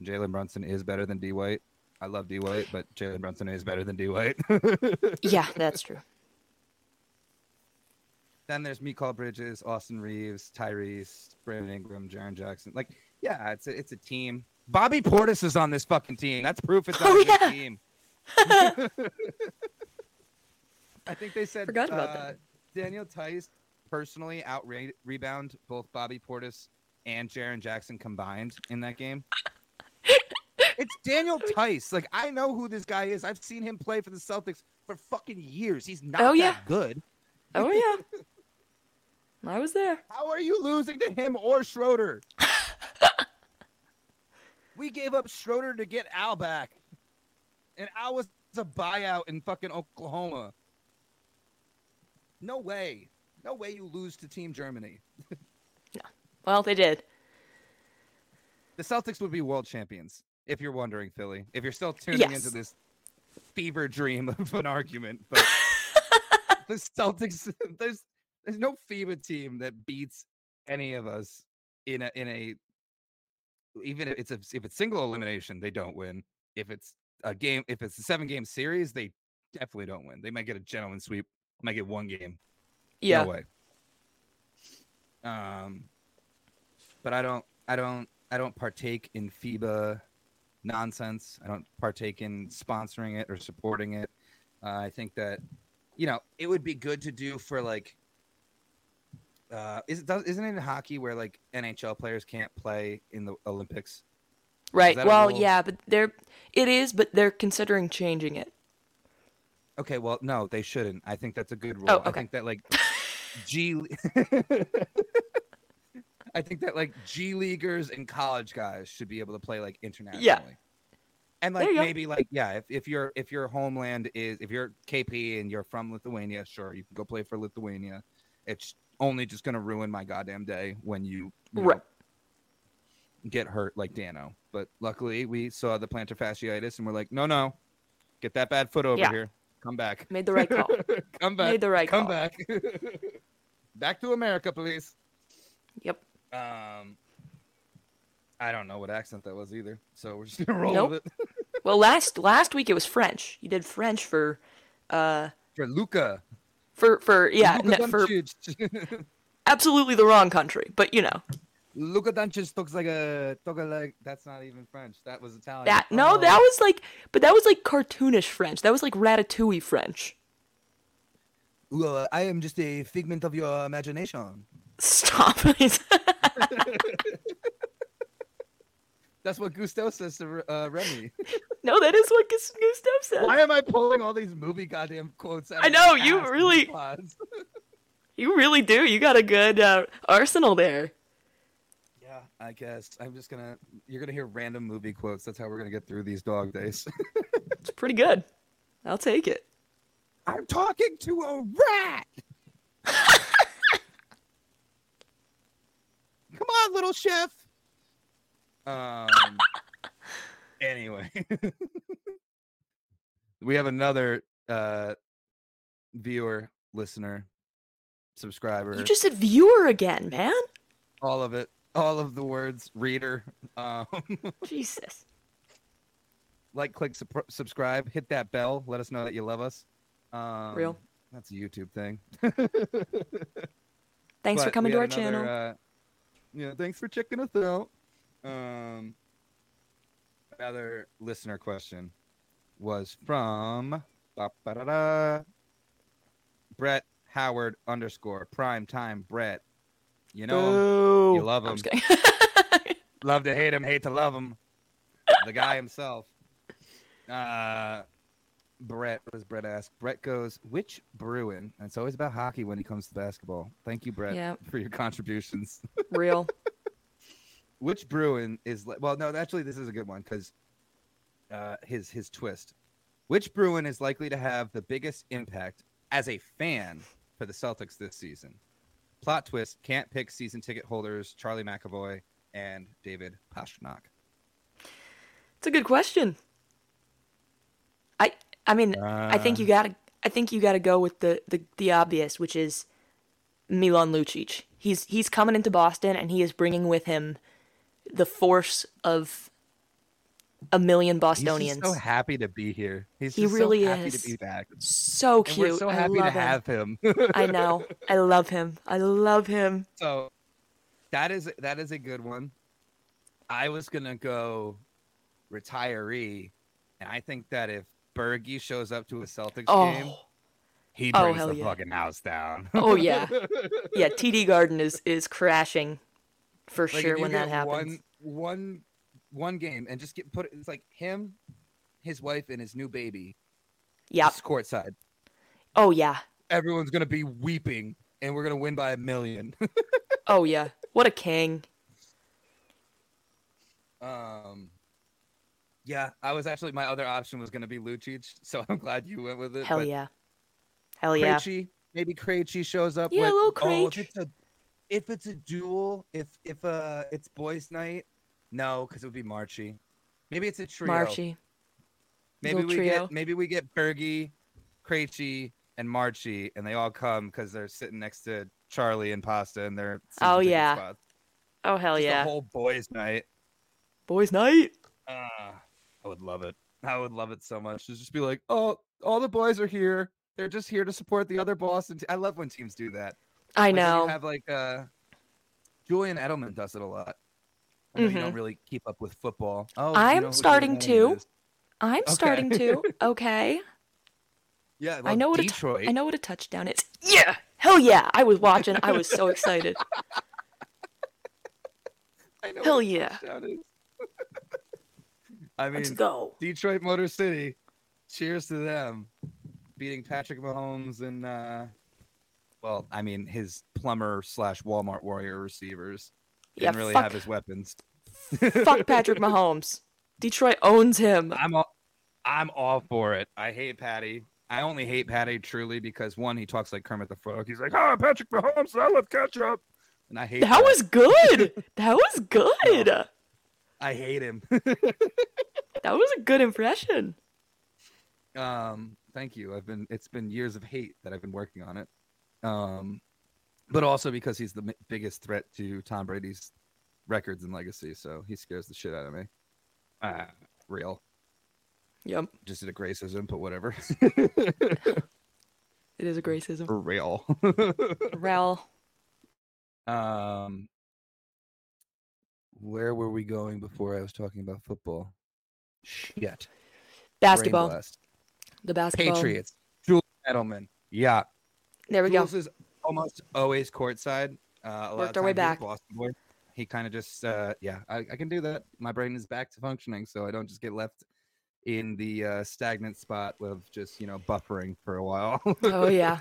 [SPEAKER 1] Jalen Brunson is better than D White. I love D White, but Jalen Brunson is better than D White. [laughs]
[SPEAKER 2] Yeah, that's true.
[SPEAKER 1] then there's Mikal Bridges, Austin Reeves, Tyrese, Brandon Ingram, Jaron Jackson. Like, yeah, it's a, it's a team. Bobby Portis is on this fucking team. That's proof it's on
[SPEAKER 2] [laughs] Oh,
[SPEAKER 1] a good
[SPEAKER 2] yeah.
[SPEAKER 1] team. I think they said
[SPEAKER 2] Forgot about
[SPEAKER 1] uh,
[SPEAKER 2] that.
[SPEAKER 1] Daniel Tice personally out rebound both Bobby Portis and Jaron Jackson combined in that game. it's
[SPEAKER 2] [laughs]
[SPEAKER 1] Daniel Tice. Like I know who this guy is. I've seen him play for the Celtics for fucking years. He's not
[SPEAKER 2] Oh,
[SPEAKER 1] that
[SPEAKER 2] yeah.
[SPEAKER 1] good.
[SPEAKER 2] Oh yeah. I was there.
[SPEAKER 1] How are you losing to him or Schroeder? we gave up Schroeder to get Al back. And Al was a buyout in fucking Oklahoma. No way. No way you lose to Team Germany.
[SPEAKER 2] Well, they did.
[SPEAKER 1] The Celtics would be world champions, if you're wondering, Philly. If you're still tuning into
[SPEAKER 2] Yes.
[SPEAKER 1] this fever dream of an argument, but the Celtics, [laughs] there's there's no FIBA team that beats any of us in a in a even if it's a, if it's single elimination, they don't win. If it's a game, if it's a seven game series, they definitely don't win. They might get a gentleman sweep, might get one game.
[SPEAKER 2] Yeah.
[SPEAKER 1] No way. Um, but I don't, I don't, I don't partake in FIBA nonsense. I don't partake in sponsoring it or supporting it. Uh, I think that, you know, it would be good to do for like, uh, is it does isn't it in hockey where like NHL players can't play in the Olympics?
[SPEAKER 2] right.
[SPEAKER 1] that a
[SPEAKER 2] Well,
[SPEAKER 1] rule?
[SPEAKER 2] yeah, but they're it is, but they're considering changing it.
[SPEAKER 1] Okay, well, no, they shouldn't. I think that's a good rule.
[SPEAKER 2] Oh,
[SPEAKER 1] I
[SPEAKER 2] okay.
[SPEAKER 1] think that
[SPEAKER 2] [laughs]
[SPEAKER 1] like G [laughs] I think that like G leaguers and college guys should be able to play like internationally. And
[SPEAKER 2] There
[SPEAKER 1] like
[SPEAKER 2] you go.
[SPEAKER 1] maybe like yeah, if, if your if your homeland is if you're KP and you're from Lithuania, sure, you can go play for Lithuania. It's only just gonna ruin my goddamn day when you, you know,
[SPEAKER 2] Right.
[SPEAKER 1] get hurt like Dano. But luckily we saw the plantar fasciitis and we're like, no no, get that bad foot over
[SPEAKER 2] Yeah.
[SPEAKER 1] here. Come back. [laughs]
[SPEAKER 2] Made the right call.
[SPEAKER 1] Come back.
[SPEAKER 2] Made the right
[SPEAKER 1] Come
[SPEAKER 2] call.
[SPEAKER 1] back. [laughs] back to America, please.
[SPEAKER 2] yep.
[SPEAKER 1] Um, I don't know what accent that was either, so we're just [laughs] gonna roll
[SPEAKER 2] Nope.
[SPEAKER 1] with it.
[SPEAKER 2] Well, last last week it was French. You did French for uh
[SPEAKER 1] For Luca.
[SPEAKER 2] for for yeah,
[SPEAKER 1] Luka
[SPEAKER 2] no, for
[SPEAKER 1] Doncic. [laughs]
[SPEAKER 2] absolutely the wrong country, but you know.
[SPEAKER 1] Luka Doncic talks like a talk like that's not even French. That was Italian.
[SPEAKER 2] That no,
[SPEAKER 1] Oh.
[SPEAKER 2] that was like, but that was like cartoonish French. That was like Ratatouille French.
[SPEAKER 1] well, uh, I am just a figment of your imagination.
[SPEAKER 2] Stop. [laughs]
[SPEAKER 1] That's what Gusto says to uh,
[SPEAKER 2] [laughs]
[SPEAKER 1] Remy.
[SPEAKER 2] no, that is what Gus- Gustav said.
[SPEAKER 1] Why am I pulling all these movie goddamn quotes out?
[SPEAKER 2] I
[SPEAKER 1] of
[SPEAKER 2] know,
[SPEAKER 1] my
[SPEAKER 2] you
[SPEAKER 1] ass in
[SPEAKER 2] really-
[SPEAKER 1] these pods?
[SPEAKER 2] You really do. You got a good uh, arsenal there.
[SPEAKER 1] Yeah, I guess I'm just gonna. You're gonna hear random movie quotes. That's how we're gonna get through these dog days.
[SPEAKER 2] It's pretty good. I'll take it.
[SPEAKER 1] I'm talking to a rat. [laughs] Come on, little chef. Um. anyway, [laughs] we have another uh, viewer, listener, subscriber.
[SPEAKER 2] You just said viewer again, man.
[SPEAKER 1] all of it. All of the words, reader. Um, [laughs]
[SPEAKER 2] Jesus.
[SPEAKER 1] like, click, sup- subscribe, hit that bell. Let us know that you love us. Um,
[SPEAKER 2] Real.
[SPEAKER 1] That's a YouTube thing.
[SPEAKER 2] Thanks for
[SPEAKER 1] But
[SPEAKER 2] coming
[SPEAKER 1] we
[SPEAKER 2] to our
[SPEAKER 1] had another,
[SPEAKER 2] channel.
[SPEAKER 1] Uh, yeah, thanks for checking us out. Um, another listener question was from ba-ba-da-da, Brett Howard underscore prime time Brett. You know, him,
[SPEAKER 2] Boo.
[SPEAKER 1] you love
[SPEAKER 2] I'm
[SPEAKER 1] him.
[SPEAKER 2] just kidding.
[SPEAKER 1] love to hate him, hate to love him. The guy himself. Uh, Brett, what does Brett ask? Brett goes, which Bruin? And it's always about hockey when he comes to basketball. Thank you, Brett,
[SPEAKER 2] Yeah.
[SPEAKER 1] for your contributions. [laughs]
[SPEAKER 2] Real.
[SPEAKER 1] Which Bruin is li- well? No, actually, this is a good one because uh, his his twist. Which Bruin is likely to have the biggest impact as a fan for the Celtics this season? Plot twist: can't pick season ticket holders Charlie McAvoy and David Pasternak.
[SPEAKER 2] It's a good question. I I mean, I think
[SPEAKER 1] Uh.
[SPEAKER 2] you gotta I think you gotta go with the, the, the obvious, which is Milan Lucic. He's he's coming into Boston and he is bringing with him the force of a million
[SPEAKER 1] He's just
[SPEAKER 2] Bostonians.
[SPEAKER 1] so happy to be here. He's
[SPEAKER 2] He
[SPEAKER 1] just so
[SPEAKER 2] really
[SPEAKER 1] happy
[SPEAKER 2] is.
[SPEAKER 1] to be back.
[SPEAKER 2] so
[SPEAKER 1] And
[SPEAKER 2] cute.
[SPEAKER 1] we're so
[SPEAKER 2] I
[SPEAKER 1] happy to
[SPEAKER 2] love him.
[SPEAKER 1] have him. [laughs]
[SPEAKER 2] I know. I love him. I love him.
[SPEAKER 1] So that is that is a good one. I was gonna go retiree, and I think that if Bergie shows up to a Celtics game,
[SPEAKER 2] Oh,
[SPEAKER 1] he
[SPEAKER 2] Oh,
[SPEAKER 1] brings
[SPEAKER 2] hell
[SPEAKER 1] the
[SPEAKER 2] yeah.
[SPEAKER 1] fucking house down. [laughs]
[SPEAKER 2] oh yeah, yeah. TD Garden is is crashing for
[SPEAKER 1] Like, if
[SPEAKER 2] sure
[SPEAKER 1] you
[SPEAKER 2] when that
[SPEAKER 1] get
[SPEAKER 2] happens.
[SPEAKER 1] One, one, one game, and just get put. It's like him, his wife, and his new baby.
[SPEAKER 2] Yeah.
[SPEAKER 1] just courtside.
[SPEAKER 2] Oh yeah.
[SPEAKER 1] Everyone's gonna be weeping, and we're gonna win by a million.
[SPEAKER 2] Oh yeah. What a king.
[SPEAKER 1] um. Yeah, I was actually my other option was gonna be Lucic, so [laughs] I'm glad you went with it.
[SPEAKER 2] Hell
[SPEAKER 1] but
[SPEAKER 2] yeah. Hell yeah.
[SPEAKER 1] Krejci, maybe Krejci shows up.
[SPEAKER 2] Yeah,
[SPEAKER 1] with,
[SPEAKER 2] a little
[SPEAKER 1] oh, if
[SPEAKER 2] Krejci.
[SPEAKER 1] it's a, if it's a duel, if if uh it's boys' night, no, because it would be Marchie. Maybe it's a trio.
[SPEAKER 2] Marshy.
[SPEAKER 1] maybe
[SPEAKER 2] little
[SPEAKER 1] we
[SPEAKER 2] trio.
[SPEAKER 1] get maybe we get Bergie, Krejci, and Marchie, and they all come because they're sitting next to Charlie and Pasta, and they're
[SPEAKER 2] Oh, yeah. Oh hell
[SPEAKER 1] a
[SPEAKER 2] yeah.
[SPEAKER 1] whole boys' night.
[SPEAKER 2] Boys night.
[SPEAKER 1] Uh,
[SPEAKER 2] Ah.
[SPEAKER 1] I would love it. I would love it so much. To just be like, oh, all the boys are here. They're just here to support the other Boston. Te-" I love when teams do that.
[SPEAKER 2] I
[SPEAKER 1] Like, when
[SPEAKER 2] know.
[SPEAKER 1] You have like uh, Julian Edelman does it a lot. I know you don't really keep up with football. Oh, do you
[SPEAKER 2] Mm-hmm. I'm
[SPEAKER 1] know who Julian
[SPEAKER 2] starting
[SPEAKER 1] Edelman
[SPEAKER 2] to.
[SPEAKER 1] is?
[SPEAKER 2] I'm
[SPEAKER 1] Okay. [laughs]
[SPEAKER 2] starting to. Okay.
[SPEAKER 1] Yeah,
[SPEAKER 2] I know what a t-
[SPEAKER 1] Detroit.
[SPEAKER 2] I know what a touchdown is. Yeah. Hell yeah. I was watching. I was
[SPEAKER 1] [laughs]
[SPEAKER 2] so excited.
[SPEAKER 1] I know
[SPEAKER 2] Hell
[SPEAKER 1] what
[SPEAKER 2] yeah.
[SPEAKER 1] touchdown is. [laughs] I mean,
[SPEAKER 2] Let's go.
[SPEAKER 1] Detroit Motor City. Cheers to them, beating Patrick Mahomes and uh, well, I mean his plumber slash Walmart warrior receivers
[SPEAKER 2] Yeah.
[SPEAKER 1] didn't really
[SPEAKER 2] fuck.
[SPEAKER 1] have his weapons. [laughs]
[SPEAKER 2] fuck Patrick Mahomes. Detroit owns him.
[SPEAKER 1] I'm all, I'm all for it. I hate Patty. I only hate Patty truly because one, he talks like Kermit the Frog. He's like, "Ah, Patrick Mahomes, I love ketchup," and I hate
[SPEAKER 2] That was good.
[SPEAKER 1] [laughs]
[SPEAKER 2] That was good.
[SPEAKER 1] I hate him.
[SPEAKER 2] That was a good impression.
[SPEAKER 1] um, thank you. I've been it's been years of hate that I've been working on it. Um, but also because he's the m- biggest threat to Tom Brady's records and legacy, so he scares the shit out of me.
[SPEAKER 2] Ah.
[SPEAKER 1] Uh, real,
[SPEAKER 2] Yep.
[SPEAKER 1] just did a racism, but
[SPEAKER 2] [laughs]
[SPEAKER 1] whatever.
[SPEAKER 2] It is a gracism.
[SPEAKER 1] For real. [laughs]
[SPEAKER 2] Rel.
[SPEAKER 1] Um, where were we going before I was talking about football? Shit.
[SPEAKER 2] Basketball.
[SPEAKER 1] Brain blast.
[SPEAKER 2] The basketball.
[SPEAKER 1] Patriots. Julian Edelman. Yeah.
[SPEAKER 2] There
[SPEAKER 1] [laughs]
[SPEAKER 2] we go.
[SPEAKER 1] Jules is almost always courtside. Uh, a lot
[SPEAKER 2] Worked
[SPEAKER 1] of
[SPEAKER 2] our way
[SPEAKER 1] times he's
[SPEAKER 2] back.
[SPEAKER 1] Boston boy. He kind of just, uh, yeah, I, I can do that. My brain is back to functioning, so I don't just get left in the uh, stagnant spot of just you know buffering for a while. [laughs] it,
[SPEAKER 2] Oh yeah.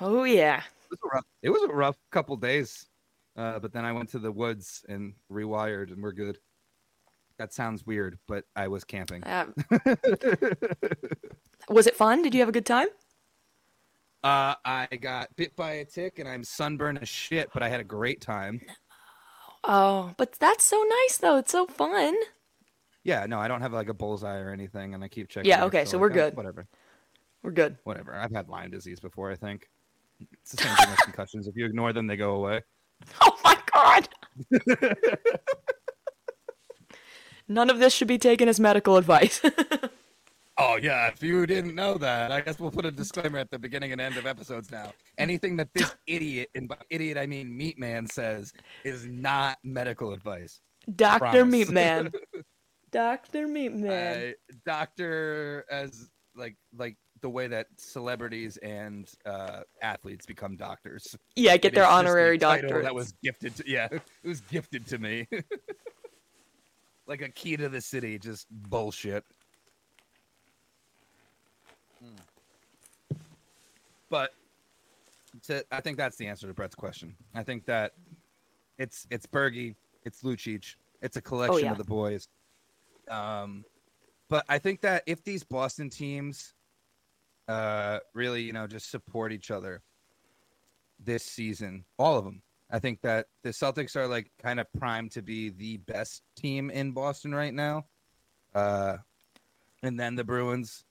[SPEAKER 2] Oh yeah.
[SPEAKER 1] was a rough, it was a rough couple days, uh, but then I went to the woods and rewired, and we're good. That sounds weird, but I was camping.
[SPEAKER 2] Uh, was it fun? Did you have a good time?
[SPEAKER 1] Uh, I got bit by a tick, and I'm sunburned as shit, but I had a great time.
[SPEAKER 2] Oh, but that's so nice though. It's so fun.
[SPEAKER 1] Yeah, no, I don't have like a bullseye or anything, and I keep checking.
[SPEAKER 2] Yeah,
[SPEAKER 1] it,
[SPEAKER 2] okay, so we're
[SPEAKER 1] like, uh,
[SPEAKER 2] good.
[SPEAKER 1] Whatever,
[SPEAKER 2] We're good.
[SPEAKER 1] whatever. I've had Lyme disease before. I think it's the same thing with concussions. If you ignore them, they go away.
[SPEAKER 2] Oh my god. [laughs] None of this should be taken as medical advice. [laughs]
[SPEAKER 1] Oh yeah, if you didn't know that, I guess we'll put a disclaimer at the beginning and end of episodes now. Anything that
[SPEAKER 2] [laughs]
[SPEAKER 1] this idiot, and by idiot I mean meat man, says is not medical advice.
[SPEAKER 2] Dr.
[SPEAKER 1] Promise. [laughs]
[SPEAKER 2] Meatman. Dr. Meatman.
[SPEAKER 1] uh, doctor as like like the way that celebrities and uh, athletes become doctors.
[SPEAKER 2] yeah, get
[SPEAKER 1] It
[SPEAKER 2] their
[SPEAKER 1] is just a
[SPEAKER 2] honorary
[SPEAKER 1] title
[SPEAKER 2] doctor.
[SPEAKER 1] That was gifted. To, yeah, [laughs] it was gifted to me. [laughs] like a key to the city, just bullshit. But to, I think that's the answer to Brett's question. I think that it's it's Bergie, it's Lucic, it's a collection
[SPEAKER 2] yeah.
[SPEAKER 1] of the boys. Um, but I think that if these Boston teams uh, really, you know, just support each other this season, all of them, I think that the Celtics are like kind of primed to be the best team in Boston right now. Uh, and then the Bruins.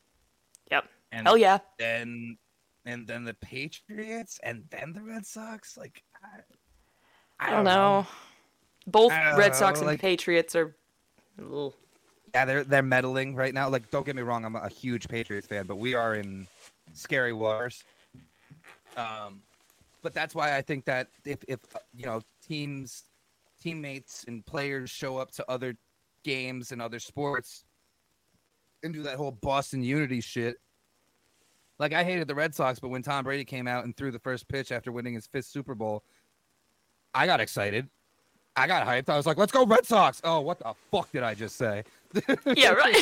[SPEAKER 2] Yep.
[SPEAKER 1] And
[SPEAKER 2] Hell yeah.
[SPEAKER 1] then and then the Patriots and then the Red Sox. Like I,
[SPEAKER 2] I don't know. Both
[SPEAKER 1] I don't
[SPEAKER 2] Red Sox
[SPEAKER 1] know,
[SPEAKER 2] and
[SPEAKER 1] like-
[SPEAKER 2] Patriots are. Ugh.
[SPEAKER 1] [laughs] Yeah, they're they're meddling right now. Like don't get me wrong, I'm a huge Patriots fan, but we are in scary waters. Um, but that's why I think that if if uh, you know teams, teammates and players show up to other games and other sports and do that whole Boston unity shit. Like I hated the Red Sox, but when Tom Brady came out and threw the first pitch after winning his fifth Super Bowl, I got excited. I got hyped. I was like, "Let's go Red Sox!" Oh, what the fuck did I just say?
[SPEAKER 2] [laughs] Yeah, right.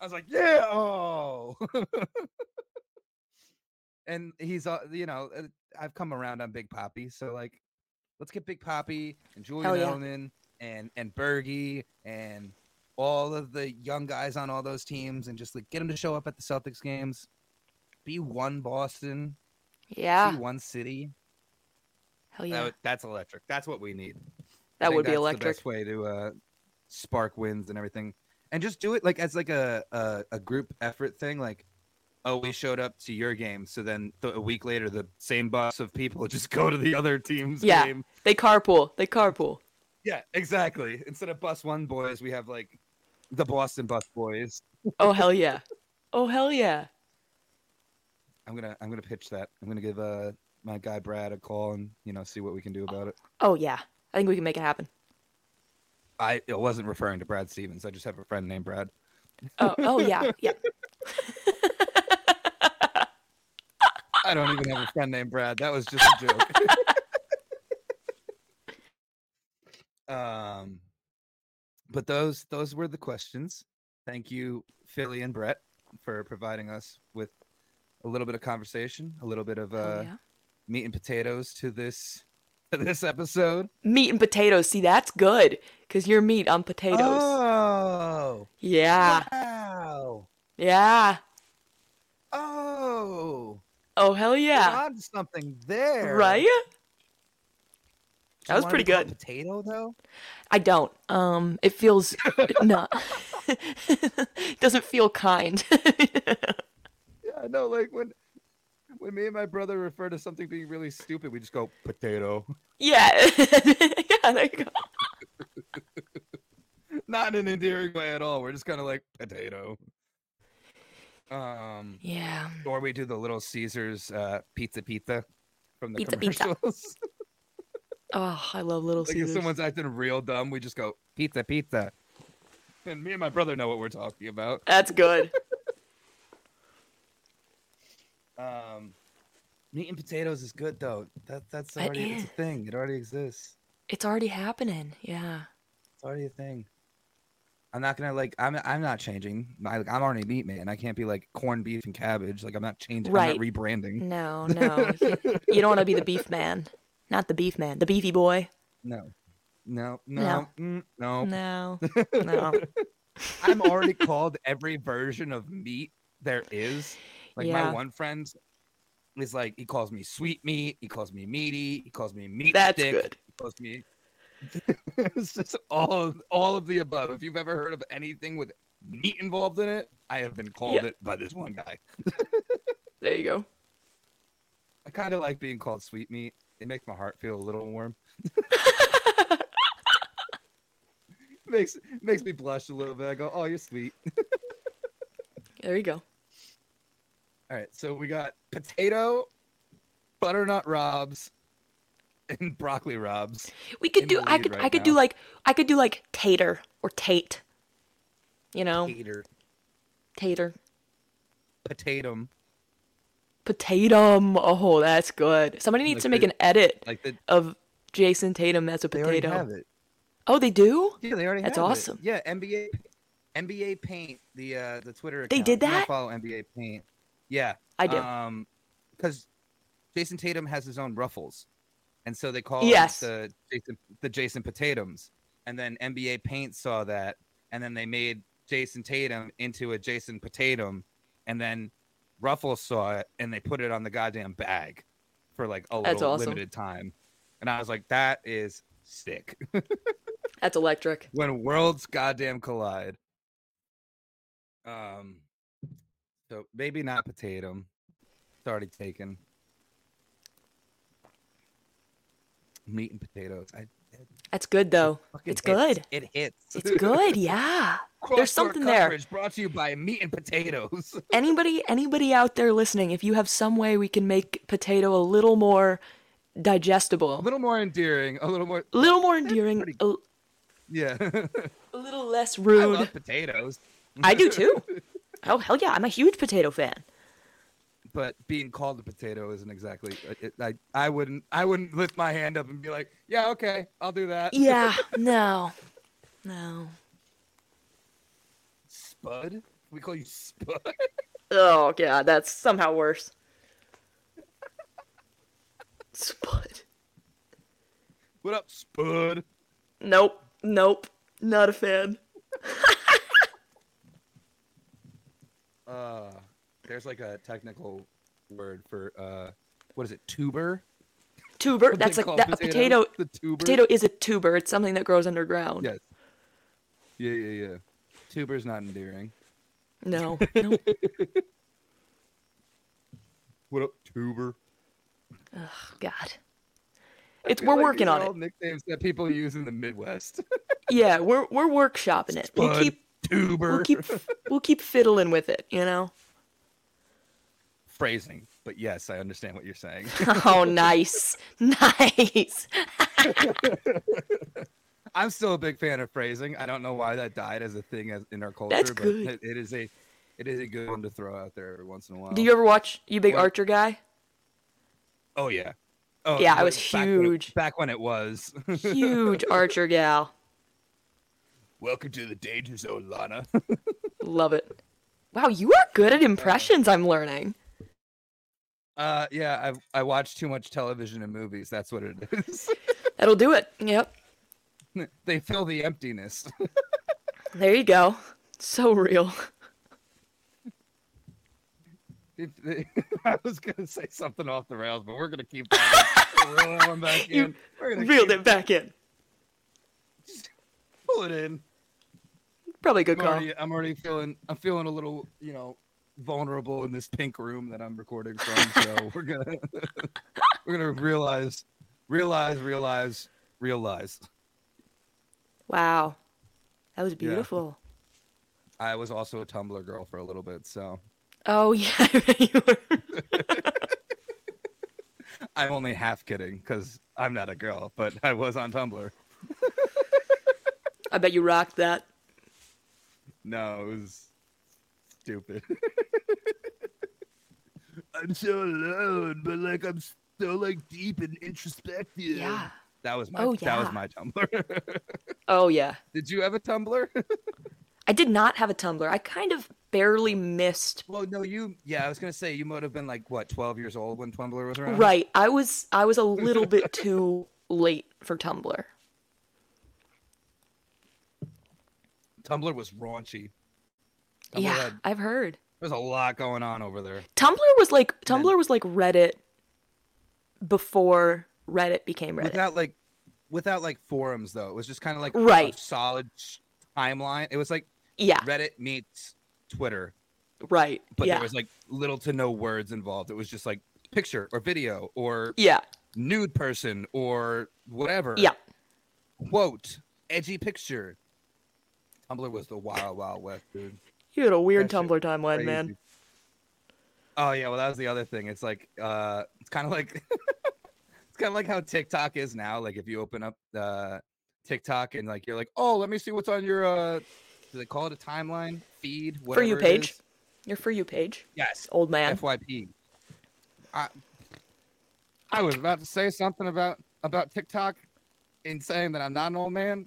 [SPEAKER 1] I was like, yeah, oh. and he's, uh, you know, uh, I've come around on Big Poppy, so like, let's get Big Poppy and Julian
[SPEAKER 2] yeah.
[SPEAKER 1] Edelman and and Bergie and all of the young guys on all those teams, and just like get them to show up at the Celtics games, be one Boston, be
[SPEAKER 2] [laughs] yeah.
[SPEAKER 1] one city.
[SPEAKER 2] Hell
[SPEAKER 1] That
[SPEAKER 2] yeah.
[SPEAKER 1] would- that's electric. That's what we need. I
[SPEAKER 2] That
[SPEAKER 1] think
[SPEAKER 2] would be
[SPEAKER 1] that's The
[SPEAKER 2] electric.
[SPEAKER 1] best way to uh, spark wins and everything, and just do it like as like a, a a group effort thing. Like, oh, we showed up to your game, so then th- a week later, the same bus of people [laughs] just go to the other team's
[SPEAKER 2] Yeah.
[SPEAKER 1] game.
[SPEAKER 2] They carpool. They carpool.
[SPEAKER 1] Yeah, exactly. Instead of bus one boys, we have like the Boston bus boys.
[SPEAKER 2] Oh hell yeah. Oh hell yeah.
[SPEAKER 1] I'm gonna I'm gonna pitch that. I'm gonna give uh my guy Brad a call and you know see what we can do about it.
[SPEAKER 2] Oh yeah. I think we can make it happen.
[SPEAKER 1] I I wasn't referring to Brad Stevens. I just have a friend named Brad.
[SPEAKER 2] Oh oh yeah. [laughs] Yeah.
[SPEAKER 1] I don't even have a friend named Brad. That was just a joke. [laughs] um, but those those were the questions. Thank you, Philly and Brett, for providing us with a little bit of conversation, a little bit of uh,
[SPEAKER 2] oh yeah.
[SPEAKER 1] meat and potatoes to this [laughs] to this episode.
[SPEAKER 2] Meat and potatoes. See, that's good. Cause you're meat on potatoes. Ah.
[SPEAKER 1] Oh,
[SPEAKER 2] Yeah.
[SPEAKER 1] wow!
[SPEAKER 2] Yeah.
[SPEAKER 1] Oh,
[SPEAKER 2] Oh hell
[SPEAKER 1] we're
[SPEAKER 2] yeah.
[SPEAKER 1] onto something there,
[SPEAKER 2] Right?
[SPEAKER 1] Do you
[SPEAKER 2] That was
[SPEAKER 1] wanna
[SPEAKER 2] pretty
[SPEAKER 1] be called
[SPEAKER 2] good.
[SPEAKER 1] Potato though.
[SPEAKER 2] I don't. Um it feels [laughs] no. it doesn't feel kind. [laughs]
[SPEAKER 1] Yeah, I know. Like when when me and my brother refer to something being really stupid, we just go potato, [laughs]
[SPEAKER 2] yeah. [laughs] yeah, there you go.
[SPEAKER 1] not in an endearing way at all. We're just kind of like potato. Um,
[SPEAKER 2] Yeah.
[SPEAKER 1] or we do the Little Caesars uh, pizza pizza from the
[SPEAKER 2] Pizza pizza.
[SPEAKER 1] commercials. [laughs]
[SPEAKER 2] Oh, I love little
[SPEAKER 1] like if
[SPEAKER 2] Caesars.
[SPEAKER 1] someone's acting real dumb, we just go pizza pizza. And me and [laughs] my brother know what we're talking about.
[SPEAKER 2] That's good.
[SPEAKER 1] Um, meat and potatoes is good though. That that's already it's
[SPEAKER 2] is.
[SPEAKER 1] a thing. It already exists.
[SPEAKER 2] It's already happening. Yeah.
[SPEAKER 1] It's already a thing. I'm not gonna like. I'm I'm not changing. I, I'm already a meat man. I can't be like corned beef and cabbage. Like I'm not changing.
[SPEAKER 2] Right.
[SPEAKER 1] I'm not rebranding.
[SPEAKER 2] No, no. you, you don't want to be the beef man. Not the beef man. The beefy boy.
[SPEAKER 1] No. No. No. mm, no.
[SPEAKER 2] No. [laughs] No.
[SPEAKER 1] [laughs] I'm already called every version of meat there is. Like
[SPEAKER 2] Yeah.
[SPEAKER 1] my one friend is like he calls me sweet meat, he calls me meaty, he calls me meat
[SPEAKER 2] That's
[SPEAKER 1] stick,
[SPEAKER 2] good.
[SPEAKER 1] he calls me. [laughs] it's just all of, all of the above. If you've ever heard of anything with meat involved in it, I have been called
[SPEAKER 2] Yeah.
[SPEAKER 1] it by this one guy.
[SPEAKER 2] There you go.
[SPEAKER 1] I kind of like being called sweet meat. It makes my heart feel a little [laughs] warm. makes makes me blush a little bit. I go, "Oh, you're sweet."
[SPEAKER 2] There you go.
[SPEAKER 1] All right, so we got potato, butternut robs, and broccoli robs.
[SPEAKER 2] We could
[SPEAKER 1] in
[SPEAKER 2] do.
[SPEAKER 1] the
[SPEAKER 2] I
[SPEAKER 1] lead
[SPEAKER 2] could.
[SPEAKER 1] right
[SPEAKER 2] I could
[SPEAKER 1] now.
[SPEAKER 2] do like. I could do like tater or tate. You know,
[SPEAKER 1] Tater,
[SPEAKER 2] tater,
[SPEAKER 1] potatum,
[SPEAKER 2] potato. Oh, that's good. Somebody needs
[SPEAKER 1] Like
[SPEAKER 2] to make
[SPEAKER 1] they-
[SPEAKER 2] an edit
[SPEAKER 1] like the
[SPEAKER 2] of Jason Tatum as a
[SPEAKER 1] they already
[SPEAKER 2] potato.
[SPEAKER 1] have it.
[SPEAKER 2] Oh, they do.
[SPEAKER 1] Yeah, they already
[SPEAKER 2] That's
[SPEAKER 1] have it.
[SPEAKER 2] awesome.
[SPEAKER 1] Yeah, NBA, NBA Paint, the uh, the Twitter. Account.
[SPEAKER 2] They did
[SPEAKER 1] You don't
[SPEAKER 2] that?
[SPEAKER 1] follow NBA Paint. Yeah,
[SPEAKER 2] I do.
[SPEAKER 1] Um, because Jason Tatum has his own ruffles, and so they call
[SPEAKER 2] Yes.
[SPEAKER 1] it the Jason the Jason Potatoes. And then NBA Paint saw that, and then they made Jason Tatum into a Jason Potato, and then Ruffles saw it and they put it on the goddamn bag for like a
[SPEAKER 2] That's
[SPEAKER 1] little
[SPEAKER 2] awesome.
[SPEAKER 1] limited time. And I was like, that is sick.
[SPEAKER 2] That's electric.
[SPEAKER 1] when worlds goddamn collide. Um, so maybe not potato. It's already taken. Meat and potatoes. I, it
[SPEAKER 2] That's good though.
[SPEAKER 1] fucking
[SPEAKER 2] It's
[SPEAKER 1] hits.
[SPEAKER 2] good.
[SPEAKER 1] It hits. [laughs]
[SPEAKER 2] It's good. Yeah.
[SPEAKER 1] Cross-court
[SPEAKER 2] something there.
[SPEAKER 1] coverage Brought to you by meat and potatoes. [laughs]
[SPEAKER 2] anybody anybody out there listening if you have some way we can make potato a little more digestible
[SPEAKER 1] a
[SPEAKER 2] a little,
[SPEAKER 1] little more endearing. A little more.
[SPEAKER 2] more endearing
[SPEAKER 1] pretty-
[SPEAKER 2] a,
[SPEAKER 1] Yeah. [laughs]
[SPEAKER 2] a little less
[SPEAKER 1] I
[SPEAKER 2] rude
[SPEAKER 1] love potatoes,
[SPEAKER 2] I do
[SPEAKER 1] [laughs]
[SPEAKER 2] too oh hell yeah i'm a huge potato fan
[SPEAKER 1] but being called a potato isn't exactly. uh, It, I I wouldn't I wouldn't lift my hand up and be like, yeah, okay, I'll do that. [laughs]
[SPEAKER 2] [laughs] yeah no no
[SPEAKER 1] Spud? We call you Spud? [laughs]
[SPEAKER 2] oh god that's somehow worse spud
[SPEAKER 1] What up, Spud?
[SPEAKER 2] nope nope not a fan
[SPEAKER 1] Uh, there's like a technical word for uh, what is it? Tuber?
[SPEAKER 2] tuber
[SPEAKER 1] What
[SPEAKER 2] that's
[SPEAKER 1] they
[SPEAKER 2] like
[SPEAKER 1] call
[SPEAKER 2] that, a
[SPEAKER 1] potatoes?
[SPEAKER 2] potato
[SPEAKER 1] The tuber.
[SPEAKER 2] potato is a tuber it's something that grows underground
[SPEAKER 1] Yes. Yeah, yeah, yeah. Tuber's not endearing. [laughs]
[SPEAKER 2] no no
[SPEAKER 1] What up, Tuber?
[SPEAKER 2] Ugh, God. It's
[SPEAKER 1] I feel
[SPEAKER 2] we're
[SPEAKER 1] like
[SPEAKER 2] working
[SPEAKER 1] these
[SPEAKER 2] on
[SPEAKER 1] are all
[SPEAKER 2] it.
[SPEAKER 1] Nicknames that people use in the Midwest.
[SPEAKER 2] Yeah, we're we're workshopping it. We'll
[SPEAKER 1] Spud,
[SPEAKER 2] keep
[SPEAKER 1] Tuber. [laughs]
[SPEAKER 2] we'll keep we'll keep fiddling with it, you know. [laughs]
[SPEAKER 1] phrasing, but yes, I understand what you're
[SPEAKER 2] [laughs]
[SPEAKER 1] saying.
[SPEAKER 2] Oh, nice. Nice.
[SPEAKER 1] I'm still a big fan of phrasing. I don't know why that died as a thing as, in our culture,
[SPEAKER 2] That's
[SPEAKER 1] but
[SPEAKER 2] good.
[SPEAKER 1] It, it is a it is a good one to throw out there every once in a while.
[SPEAKER 2] Do you ever watch You Big
[SPEAKER 1] What?
[SPEAKER 2] Archer Guy?
[SPEAKER 1] Oh yeah. Oh
[SPEAKER 2] Yeah,
[SPEAKER 1] but
[SPEAKER 2] I was
[SPEAKER 1] back when it-
[SPEAKER 2] huge.
[SPEAKER 1] back when it was. [laughs]
[SPEAKER 2] Huge Archer gal.
[SPEAKER 1] Welcome to the danger zone, Lana. [laughs]
[SPEAKER 2] Love it. Wow, you are good at impressions I'm learning.
[SPEAKER 1] uh, yeah, I I watch too much television and movies. That's what it is. [laughs]
[SPEAKER 2] That'll do it. Yep.
[SPEAKER 1] they fill the emptiness. [laughs]
[SPEAKER 2] There you go. So real.
[SPEAKER 1] If they- [laughs] I was gonna say something off the rails, but we're gonna keep that one- reel that one back
[SPEAKER 2] [laughs] You
[SPEAKER 1] in. We're gonna
[SPEAKER 2] Reeled it back in.
[SPEAKER 1] pull it in.
[SPEAKER 2] Probably a good
[SPEAKER 1] I'm
[SPEAKER 2] call.
[SPEAKER 1] already, I'm already feeling I'm feeling a little, you know, vulnerable in this pink room that I'm recording
[SPEAKER 3] [laughs]
[SPEAKER 1] from. So we're gonna [laughs] we're gonna realize, realize, realize, realize.
[SPEAKER 2] Wow. That was beautiful.
[SPEAKER 1] I was also a Tumblr girl for a little bit, so [laughs]
[SPEAKER 2] Oh [laughs] yeah, you were.
[SPEAKER 1] I'm only half kidding because I'm not a girl, but I was on Tumblr.
[SPEAKER 2] I bet you rocked that.
[SPEAKER 1] [laughs] No, it was stupid. I
[SPEAKER 3] I'm so alone, but like I'm so like deep and introspective.
[SPEAKER 2] Yeah.
[SPEAKER 1] That was my
[SPEAKER 2] Oh,
[SPEAKER 1] that was
[SPEAKER 2] yeah.
[SPEAKER 1] my Tumblr. [laughs]
[SPEAKER 2] Oh yeah.
[SPEAKER 1] Did you have a Tumblr? [laughs]
[SPEAKER 2] I did not have a Tumblr. I kind of barely missed.
[SPEAKER 1] well, no, you. Yeah, I was gonna say you might have been like what twelve years old when Tumblr was around.
[SPEAKER 2] Right. I was I
[SPEAKER 1] [laughs]
[SPEAKER 2] was a little bit too late for Tumblr.
[SPEAKER 1] Oh Tumblr was raunchy. Tumblr
[SPEAKER 2] yeah,
[SPEAKER 1] had-
[SPEAKER 2] I've heard.
[SPEAKER 1] There's a lot going on over there.
[SPEAKER 2] Tumblr was like Tumblr was like Reddit before Reddit became Reddit.
[SPEAKER 1] without like without like forums though. It was just kind of like
[SPEAKER 2] Right.
[SPEAKER 1] a solid sh- timeline. It was like
[SPEAKER 2] yeah,
[SPEAKER 1] Reddit meets Twitter,
[SPEAKER 2] right.
[SPEAKER 1] but
[SPEAKER 2] yeah.
[SPEAKER 1] there was like little to no words involved. It was just like picture or video or
[SPEAKER 2] yeah.
[SPEAKER 1] nude person or whatever.
[SPEAKER 2] Yeah.
[SPEAKER 1] Quote, edgy picture. Tumblr was the wild, wild west, dude.
[SPEAKER 2] You had a weird
[SPEAKER 1] That shit
[SPEAKER 2] Tumblr timeline,
[SPEAKER 1] Crazy.
[SPEAKER 2] man.
[SPEAKER 1] Oh yeah, well that was the other thing. It's like uh it's kind of like [laughs] it's kind of like how TikTok is now. Like if you open up uh TikTok and like you're like, "Oh, let me see what's on your uh do they call it a timeline, feed, whatever
[SPEAKER 2] you
[SPEAKER 1] it
[SPEAKER 2] page?
[SPEAKER 1] is.
[SPEAKER 2] Your for you page,
[SPEAKER 1] Yes,
[SPEAKER 2] old man.
[SPEAKER 1] FYP. I I was about to say something about about TikTok in saying that I'm not an old man,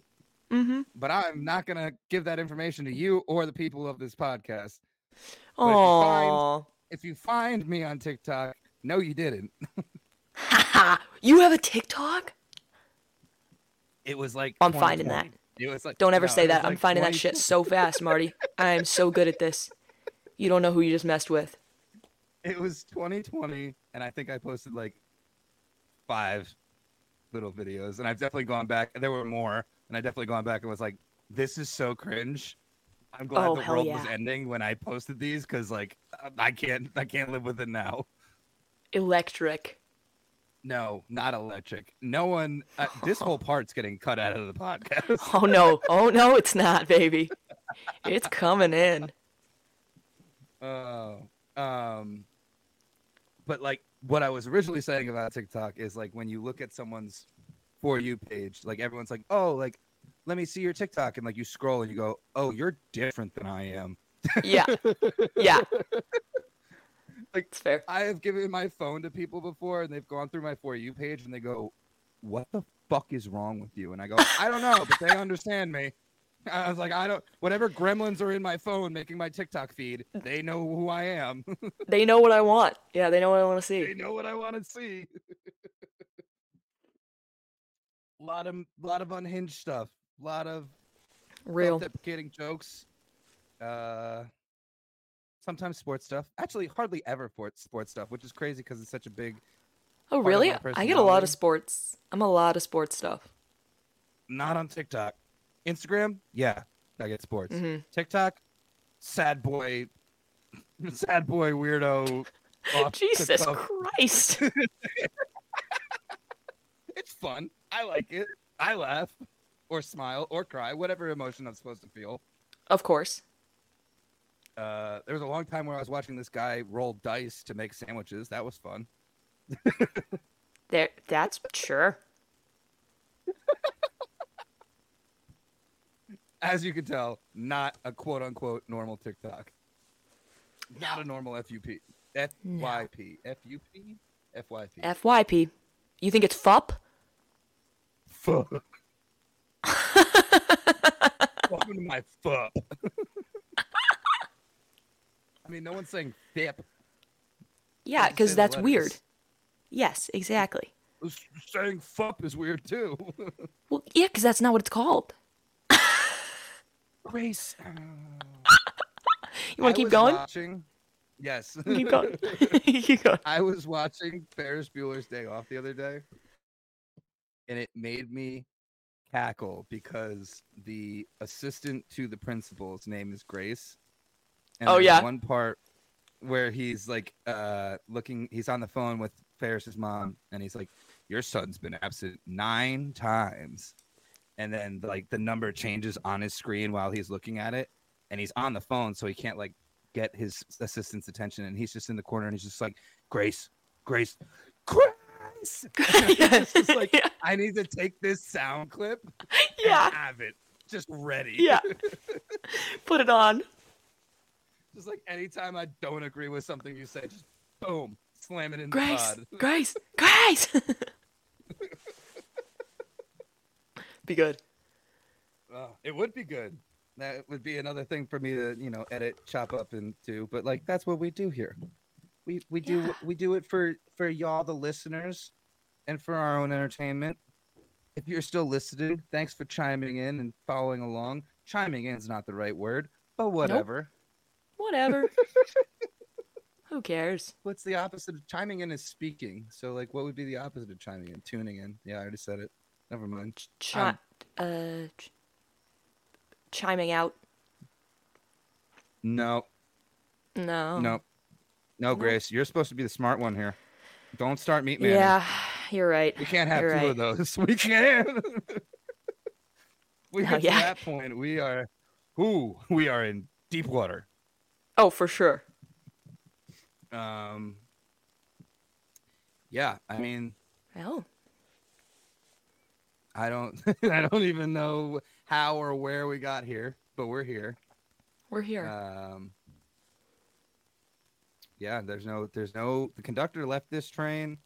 [SPEAKER 2] mm-hmm.
[SPEAKER 1] but I'm not going to give that information to you or the people of this podcast. if you find-
[SPEAKER 2] Aww.
[SPEAKER 1] If you find me on TikTok, no you didn't.
[SPEAKER 2] Haha. [laughs] You have a TikTok?
[SPEAKER 1] It was like
[SPEAKER 2] I'm finding
[SPEAKER 1] 2020.
[SPEAKER 2] that.
[SPEAKER 1] It was like
[SPEAKER 2] Don't ever
[SPEAKER 1] no,
[SPEAKER 2] say
[SPEAKER 1] it was
[SPEAKER 2] that. I'm
[SPEAKER 1] like
[SPEAKER 2] finding
[SPEAKER 1] 20
[SPEAKER 2] that shit so fast, Marty. I am so good at this. You don't know who you just messed with.
[SPEAKER 1] It was 2020, and I think I posted like five little videos, and I've definitely gone back. There were more, and I definitely gone back and was like, "This is so cringe." I'm glad
[SPEAKER 2] Oh,
[SPEAKER 1] the
[SPEAKER 2] hell
[SPEAKER 1] world was
[SPEAKER 2] yeah.
[SPEAKER 1] ending when I posted these because like I can't I can't live with it now.
[SPEAKER 2] Electric.
[SPEAKER 1] No, not electric. No one. Uh, this whole part's getting cut out of the podcast.
[SPEAKER 2] Oh no. Oh no, it's not, baby. It's coming in.
[SPEAKER 1] Oh, um, but like what I was originally saying about TikTok is like when you look at someone's for you page, like everyone's like, oh, like let me see your TikTok, and like you scroll and you go, oh, you're different than I am.
[SPEAKER 2] Yeah. Yeah.
[SPEAKER 1] Like-
[SPEAKER 2] it's fair.
[SPEAKER 1] I have given my phone to people before, and they've gone through my for you page, and they go, what the fuck is wrong with you? And I go, I don't know, but they understand me. [laughs] I was like, I don't. Whatever gremlins are in my phone making my TikTok feed, they know who I am.
[SPEAKER 2] They know what I want. Yeah, they know what I want to
[SPEAKER 1] they
[SPEAKER 2] see.
[SPEAKER 1] know what I want to see. A lot of lot of unhinged stuff. A lot of
[SPEAKER 2] Real.
[SPEAKER 1] self-deprecating jokes. Uh, sometimes sports stuff. Actually, hardly ever for- sports stuff, which is crazy because it's such a big.
[SPEAKER 2] Oh
[SPEAKER 1] of
[SPEAKER 2] really?
[SPEAKER 1] my
[SPEAKER 2] I get a lot
[SPEAKER 1] personality.
[SPEAKER 2] of sports. I'm a lot of sports stuff.
[SPEAKER 1] Not on TikTok, Instagram. Yeah, I get sports.
[SPEAKER 2] Mhm.
[SPEAKER 1] TikTok, sad boy, [laughs] sad boy weirdo. off the
[SPEAKER 2] Jesus
[SPEAKER 1] cuff [laughs]
[SPEAKER 2] Christ.
[SPEAKER 1] it's fun. I like it. I laugh or smile or cry, whatever emotion I'm supposed to feel.
[SPEAKER 2] of course.
[SPEAKER 1] Uh, there was a long time where I was watching this guy roll dice to make sandwiches. That was fun.
[SPEAKER 2] There that's sure.
[SPEAKER 1] As you can tell, not a quote unquote normal TikTok. Not a normal FUP. FYP. FUP? FYP.
[SPEAKER 2] FYP. You think it's FUP?
[SPEAKER 1] Fuck.
[SPEAKER 2] [laughs]
[SPEAKER 1] Welcome to my fuck. [laughs] I mean, no one's saying fip.
[SPEAKER 2] Yeah,
[SPEAKER 1] just say
[SPEAKER 2] because
[SPEAKER 1] the
[SPEAKER 2] that's
[SPEAKER 1] letters.
[SPEAKER 2] weird. Yes, exactly.
[SPEAKER 1] Saying fup is weird too.
[SPEAKER 2] Well, yeah, because that's not what it's called.
[SPEAKER 1] [laughs] Grace.
[SPEAKER 2] You want to keep going?
[SPEAKER 1] Watching, yes.
[SPEAKER 2] Keep
[SPEAKER 1] [laughs]
[SPEAKER 2] going. [laughs] keep [laughs] going.
[SPEAKER 1] I was watching Ferris Bueller's Day Off the other day, and it made me cackle because the assistant to the principal's name is Grace. And
[SPEAKER 2] Oh,
[SPEAKER 1] there's
[SPEAKER 2] yeah.
[SPEAKER 1] One part where he's like uh looking, he's on the phone with Ferris's mom, and he's like, "Your son's been absent nine times," and then like the number changes on his screen while he's looking at it, and he's on the phone, so he can't like get his assistant's attention, and he's just in the corner, and he's just like, "Grace, Grace, Grace." [laughs] [laughs] it's
[SPEAKER 2] [laughs]
[SPEAKER 1] just like
[SPEAKER 2] yeah.
[SPEAKER 1] I need to take this sound clip and
[SPEAKER 2] yeah,
[SPEAKER 1] have it just ready.
[SPEAKER 2] yeah. [laughs]
[SPEAKER 1] [laughs]
[SPEAKER 2] Put it on.
[SPEAKER 1] Just like anytime I don't agree with something you say, just boom, Slam it in
[SPEAKER 2] Grace,
[SPEAKER 1] the pod.
[SPEAKER 2] Grace, Grace.
[SPEAKER 1] [laughs]
[SPEAKER 2] Be good.
[SPEAKER 1] Oh, it would be good. That would be another thing for me to, you know, edit, chop up and do. But like that's what we do here. We we do
[SPEAKER 2] Yeah.
[SPEAKER 1] we do it for for y'all the listeners and for our own entertainment. If you're still listening, thanks for chiming in and following along. Chiming in is not the right word, but whatever. [laughs]
[SPEAKER 2] Whatever. Who cares?
[SPEAKER 1] What's the opposite of chiming in is speaking. So like what would be the opposite of chiming in? Tuning in. Yeah, I already said it. Never mind. Um,
[SPEAKER 2] Ch- chi- uh, ch- chiming out.
[SPEAKER 1] No,
[SPEAKER 2] No.
[SPEAKER 1] no. No, Grace, you're supposed to be the smart one here. Don't start meat man.
[SPEAKER 2] Yeah, you're right.
[SPEAKER 1] [laughs] We can't have
[SPEAKER 2] You're
[SPEAKER 1] two of those. [laughs] We can't. we
[SPEAKER 2] No,
[SPEAKER 1] get
[SPEAKER 2] yeah.
[SPEAKER 1] to that point. We are, ooh, we are in deep water.
[SPEAKER 2] Oh, for sure.
[SPEAKER 1] Um, yeah, I mean,
[SPEAKER 2] Well,
[SPEAKER 1] I don't, [laughs] I don't even know how or where we got here, but we're here.
[SPEAKER 2] we're here.
[SPEAKER 1] Um, yeah, there's no, there's no. The conductor left this train.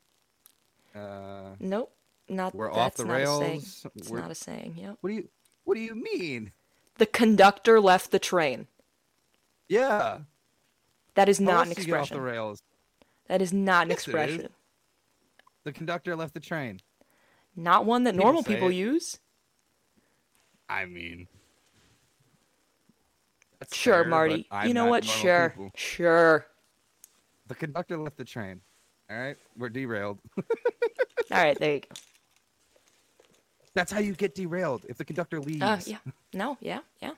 [SPEAKER 1] Uh,
[SPEAKER 2] nope. Not.
[SPEAKER 1] we're off
[SPEAKER 2] that's
[SPEAKER 1] the
[SPEAKER 2] not A saying.
[SPEAKER 1] rails.
[SPEAKER 2] It's
[SPEAKER 1] We're-
[SPEAKER 2] not a saying. Yep.
[SPEAKER 1] what do you, what do you mean?
[SPEAKER 2] The conductor left the train.
[SPEAKER 1] Yeah, how
[SPEAKER 2] That is
[SPEAKER 1] else
[SPEAKER 2] not an
[SPEAKER 1] do Oh, you get off the
[SPEAKER 2] expression.
[SPEAKER 1] rails.
[SPEAKER 2] That is not an
[SPEAKER 1] Yes, it is.
[SPEAKER 2] expression.
[SPEAKER 1] The conductor left the train.
[SPEAKER 2] Not one that
[SPEAKER 1] People
[SPEAKER 2] normal
[SPEAKER 1] say
[SPEAKER 2] people
[SPEAKER 1] it.
[SPEAKER 2] use.
[SPEAKER 1] I mean, that's
[SPEAKER 2] Sure,
[SPEAKER 1] fair,
[SPEAKER 2] Marty.
[SPEAKER 1] but I'm
[SPEAKER 2] You know
[SPEAKER 1] not
[SPEAKER 2] what?
[SPEAKER 1] normal
[SPEAKER 2] Sure.
[SPEAKER 1] people.
[SPEAKER 2] Sure.
[SPEAKER 1] The conductor left the train. All right, we're derailed.
[SPEAKER 2] All right, there
[SPEAKER 1] [laughs]
[SPEAKER 2] you go. Uh,
[SPEAKER 1] That's how you get derailed. If the conductor leaves,
[SPEAKER 2] Uh, yeah. No, yeah, yeah.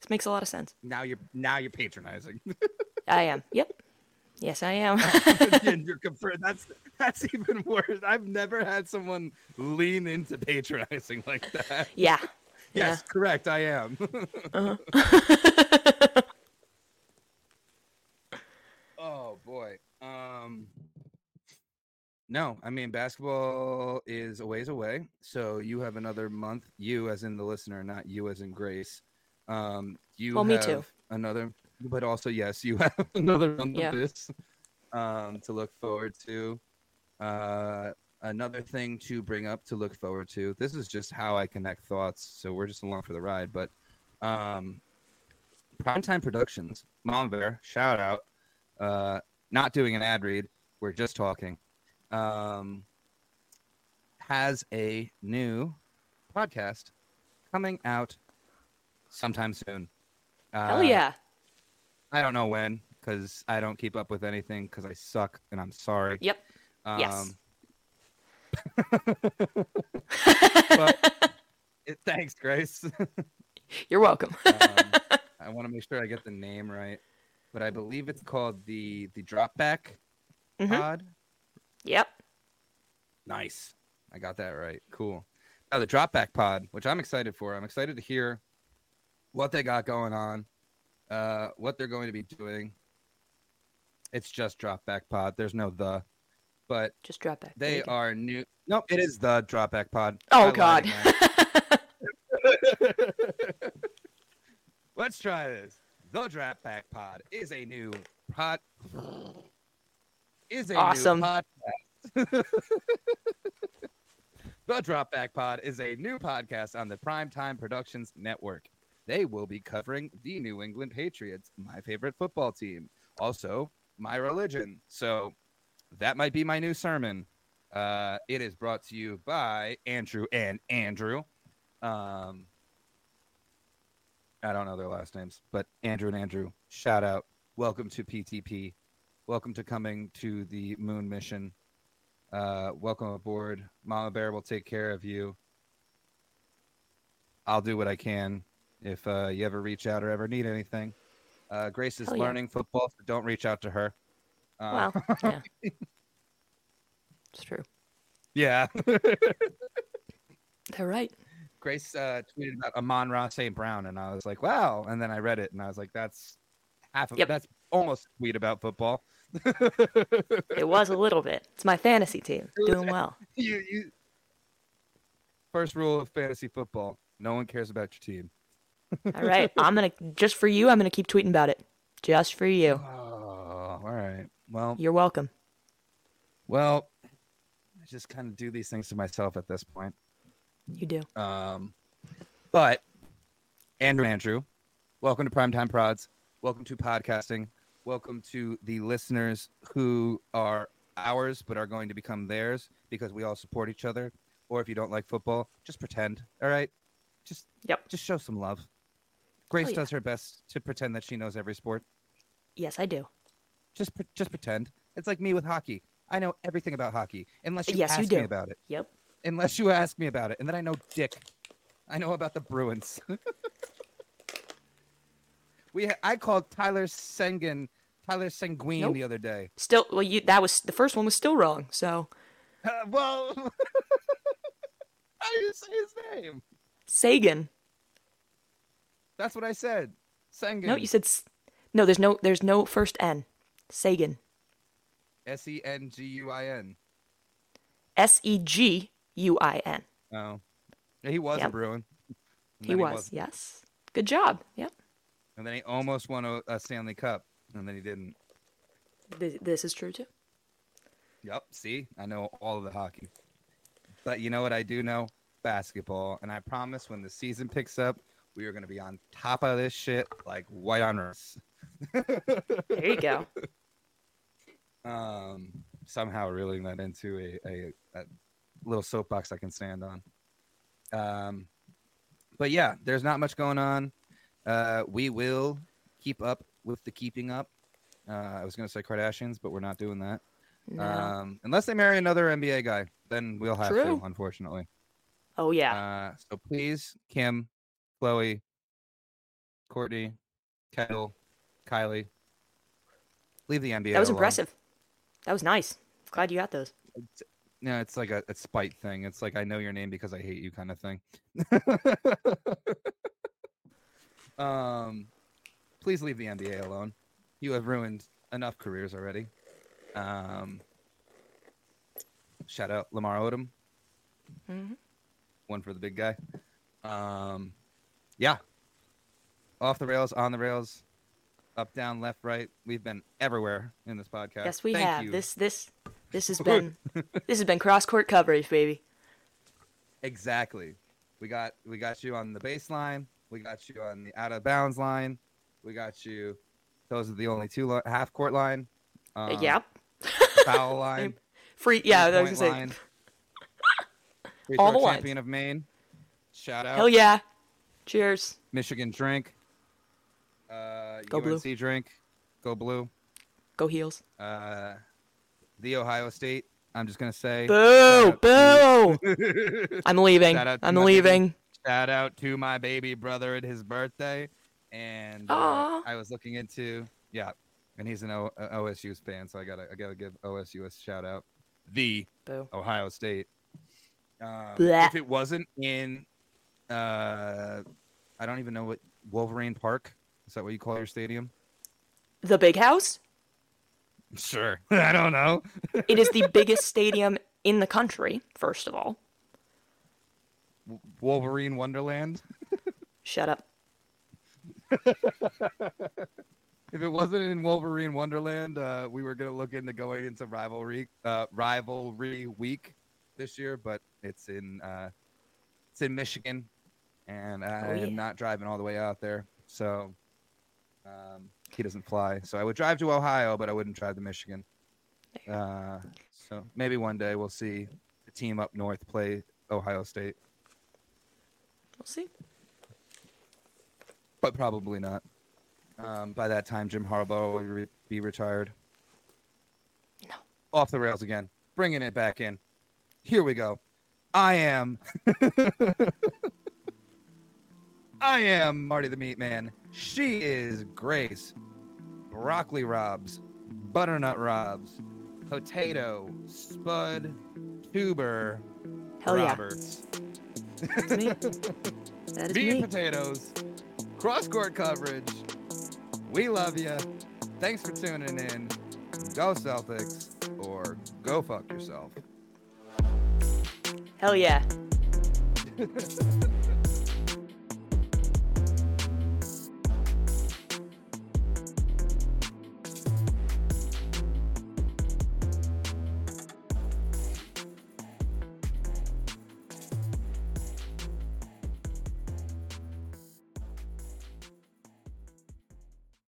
[SPEAKER 2] This makes a lot of sense.
[SPEAKER 1] now you're now you're
[SPEAKER 2] [laughs]
[SPEAKER 1] patronizing.
[SPEAKER 2] I am. Yep. Yes,
[SPEAKER 1] [laughs]
[SPEAKER 2] I am. [laughs]
[SPEAKER 1] Again, you're confirmed. That's that's even worse. I've never had someone lean into patronizing like that.
[SPEAKER 2] yeah.
[SPEAKER 1] Yes, correct. I am. [laughs]
[SPEAKER 2] Uh-huh. [laughs]
[SPEAKER 1] oh boy. Um No, I mean basketball is a ways away. So you have another month, you as in the listener, not you as in Grace. Um you
[SPEAKER 2] Well, me
[SPEAKER 1] have
[SPEAKER 2] too.
[SPEAKER 1] another but also yes, you [laughs] have another month
[SPEAKER 2] Yeah.
[SPEAKER 1] of this um to look forward to. Uh another thing to bring up to look forward to. This is just how I connect thoughts, so we're just along for the ride. But um, Primetime Productions, Mom Bear, shout out. Uh, not doing an ad read, we're just talking. Um, has a new podcast coming out sometime soon. Uh,
[SPEAKER 2] Hell yeah.
[SPEAKER 1] I don't know when because I don't keep up with anything because I suck and I'm sorry.
[SPEAKER 2] Yep.
[SPEAKER 1] Um,
[SPEAKER 2] Yes.
[SPEAKER 1] but it, thanks, Grace.
[SPEAKER 2] You're welcome.
[SPEAKER 1] um, I want to make sure I get the name right, but I believe it's called the the Dropback
[SPEAKER 2] Mhm.
[SPEAKER 1] Pod.
[SPEAKER 2] Yep.
[SPEAKER 1] Nice, I got that right. Cool. Now the Dropback Pod, which I'm excited for. I'm excited to hear what they got going on, uh, what they're going to be doing. It's just Dropback Pod. There's no the, but
[SPEAKER 2] Just drop that. There
[SPEAKER 1] They
[SPEAKER 2] you go.
[SPEAKER 1] are new. No, it is the Dropback Pod.
[SPEAKER 2] Oh,
[SPEAKER 1] I lied
[SPEAKER 2] God. [laughs]
[SPEAKER 1] again. Let's try this. The Dropback Pod is a new pod. Is a
[SPEAKER 2] Awesome.
[SPEAKER 1] new podcast. [laughs] the Dropback Pod is a new podcast on the Primetime Productions Network. They will be covering the New England Patriots, my favorite football team. Also, my religion. So that might be my new sermon. Uh, it is brought to you by Andrew and Andrew. Um, I don't know their last names, but Andrew and Andrew, shout out. Welcome to PTP. Welcome to coming to the moon mission. Uh, welcome aboard. Mama Bear will take care of you. I'll do what I can if uh, you ever reach out or ever need anything. Uh, Grace is
[SPEAKER 2] Hell yeah.
[SPEAKER 1] learning football, so don't reach out to her. Uh,
[SPEAKER 2] Well, yeah.
[SPEAKER 1] [laughs]
[SPEAKER 2] It's true.
[SPEAKER 1] Yeah.
[SPEAKER 2] They're right.
[SPEAKER 1] Grace uh, tweeted about Amon Ross St. Brown, and I was like, wow. And then I read it, and I was like, that's half of
[SPEAKER 2] Yep.
[SPEAKER 1] that's almost a tweet about football. [laughs]
[SPEAKER 2] It was a little bit. It's my fantasy team. Doing [laughs] well.
[SPEAKER 1] you, you... First rule of fantasy football no one cares about your team.
[SPEAKER 2] All right. I'm going to, just for you, I'm going to keep tweeting about it. Just for you.
[SPEAKER 1] Oh, all right. Well,
[SPEAKER 2] You're welcome.
[SPEAKER 1] Well, I just kind of do these things to myself at this point.
[SPEAKER 2] You do.
[SPEAKER 1] Um, but Andrew, and Andrew, welcome to Primetime Prods. Welcome to podcasting. Welcome to the listeners who are ours but are going to become theirs because we all support each other. Or if you don't like football, just pretend. All right, just
[SPEAKER 2] Yep.
[SPEAKER 1] just show some love. Grace
[SPEAKER 2] Oh, yeah.
[SPEAKER 1] does her best to pretend that she knows every sport.
[SPEAKER 2] Yes, I do.
[SPEAKER 1] Just pre- just pretend. It's like me with hockey. I know everything about hockey unless you
[SPEAKER 2] Yes,
[SPEAKER 1] ask
[SPEAKER 2] you
[SPEAKER 1] me
[SPEAKER 2] do.
[SPEAKER 1] about it.
[SPEAKER 2] Yep.
[SPEAKER 1] Unless you ask me about it, and then I know dick. I know about the Bruins. [laughs] we ha- I called Tyler Sengen Tyler Sanguine
[SPEAKER 2] Nope.
[SPEAKER 1] the other day.
[SPEAKER 2] Still, well, you that was the first one was still wrong. So
[SPEAKER 1] Uh, well, [laughs] how do you say his name?
[SPEAKER 2] Sagan.
[SPEAKER 1] That's what I said. Sengen.
[SPEAKER 2] No, you said s- no. There's no. There's no first N. Sagan.
[SPEAKER 1] S e n g u i n.
[SPEAKER 2] S E G U I N.
[SPEAKER 1] Oh, Yeah, he was a
[SPEAKER 2] Yep.
[SPEAKER 1] Bruin. And
[SPEAKER 2] He
[SPEAKER 1] then
[SPEAKER 2] was.
[SPEAKER 1] wasn't.
[SPEAKER 2] yes. Good job. Yep.
[SPEAKER 1] and then he almost won a, a Stanley Cup, and then he didn't.
[SPEAKER 2] Th- this is true too.
[SPEAKER 1] Yep. See, I know all of the hockey. But you know what I do know? Basketball. And I promise when the season picks up, we are going to be on top of this shit like white on rice.
[SPEAKER 2] There you go.
[SPEAKER 1] Um, somehow reeling that into a, a, a little soapbox I can stand on. Um, but yeah, there's not much going on. Uh, we will keep up with the keeping up. Uh, I was going to say Kardashians, but we're not doing that.
[SPEAKER 2] [laughs] No.
[SPEAKER 1] Um, unless they marry another NBA guy, then we'll have
[SPEAKER 2] True.
[SPEAKER 1] to, unfortunately.
[SPEAKER 2] oh yeah.
[SPEAKER 1] Uh, so please, Kim, Chloe, Courtney, Kendall, Kylie, leave the NBA.
[SPEAKER 2] that was
[SPEAKER 1] alone.
[SPEAKER 2] impressive. That was nice. Glad you got those.
[SPEAKER 1] No, it's like a, a spite thing. It's like I know your name because I hate you kind of thing. [laughs] um, please leave the NBA alone. You have ruined enough careers already. Um, shout out Lamar Odom.
[SPEAKER 2] Mhm.
[SPEAKER 1] One for the big guy. Um, yeah. Off the rails, on the rails, up, down, left, right. We've been everywhere in this podcast.
[SPEAKER 2] Yes, we
[SPEAKER 1] Thank
[SPEAKER 2] have.
[SPEAKER 1] you.
[SPEAKER 2] This this this
[SPEAKER 1] [laughs]
[SPEAKER 2] has been this has been cross court coverage, baby.
[SPEAKER 1] Exactly. We got we got you on the baseline. We got you on the out of bounds line. We got you. Those are the only two li- half court line. Uh,
[SPEAKER 2] yep.
[SPEAKER 1] [laughs] Foul line.
[SPEAKER 2] Free. [laughs] Yeah. I was
[SPEAKER 1] three-point
[SPEAKER 2] gonna say. [laughs]
[SPEAKER 1] line, free
[SPEAKER 2] All
[SPEAKER 1] throw
[SPEAKER 2] the lines.
[SPEAKER 1] champion of Maine. Shout out.
[SPEAKER 2] Hell yeah. Cheers.
[SPEAKER 1] Michigan drink. Uh,
[SPEAKER 2] Go blue.
[SPEAKER 1] UNC drink. Go blue.
[SPEAKER 2] Go heels.
[SPEAKER 1] Uh, the Ohio State. I'm just gonna say.
[SPEAKER 2] Boo! Boo! I'm leaving.
[SPEAKER 1] Shout out to
[SPEAKER 2] I'm
[SPEAKER 1] my
[SPEAKER 2] leaving.
[SPEAKER 1] shout out to my baby brother at his birthday and uh,
[SPEAKER 2] Aw.
[SPEAKER 1] i was looking into yeah and he's an o- a osu fan so i gotta i gotta give osu a shout out the
[SPEAKER 2] Boo.
[SPEAKER 1] ohio state um,
[SPEAKER 2] Blech.
[SPEAKER 1] if it wasn't in uh i don't even know what wolverine park is that what you call your stadium
[SPEAKER 2] The big house.
[SPEAKER 1] sure [laughs] i don't know
[SPEAKER 2] It is the biggest stadium in the country. First of all,
[SPEAKER 1] wolverine wonderland
[SPEAKER 2] shut up.
[SPEAKER 1] If it wasn't in Wolverine Wonderland, uh, we were gonna look into going into rivalry uh, rivalry week this year, but it's in uh, it's in Michigan, and I
[SPEAKER 2] yeah.
[SPEAKER 1] am not driving all the way out there, so um, he doesn't fly. So I would drive to Ohio, but I wouldn't drive to Michigan. Uh, so maybe one day we'll see the team up north play Ohio State,
[SPEAKER 2] We'll see.
[SPEAKER 1] but probably not. Um, by that time, Jim Harbaugh will re- be retired.
[SPEAKER 2] No.
[SPEAKER 1] off the rails again, bringing it back in. Here we go. I am. [laughs] I am Marty the Meat Man. She is Grace. Broccoli Robs, Butternut Robs, Potato, Spud, Tuber,
[SPEAKER 2] Hell yeah.
[SPEAKER 1] Roberts.
[SPEAKER 2] That's me. That is
[SPEAKER 1] Meat and
[SPEAKER 2] me.
[SPEAKER 1] potatoes, cross court coverage. We love you. Thanks for tuning in. Go Celtics or go fuck yourself.
[SPEAKER 2] Hell yeah.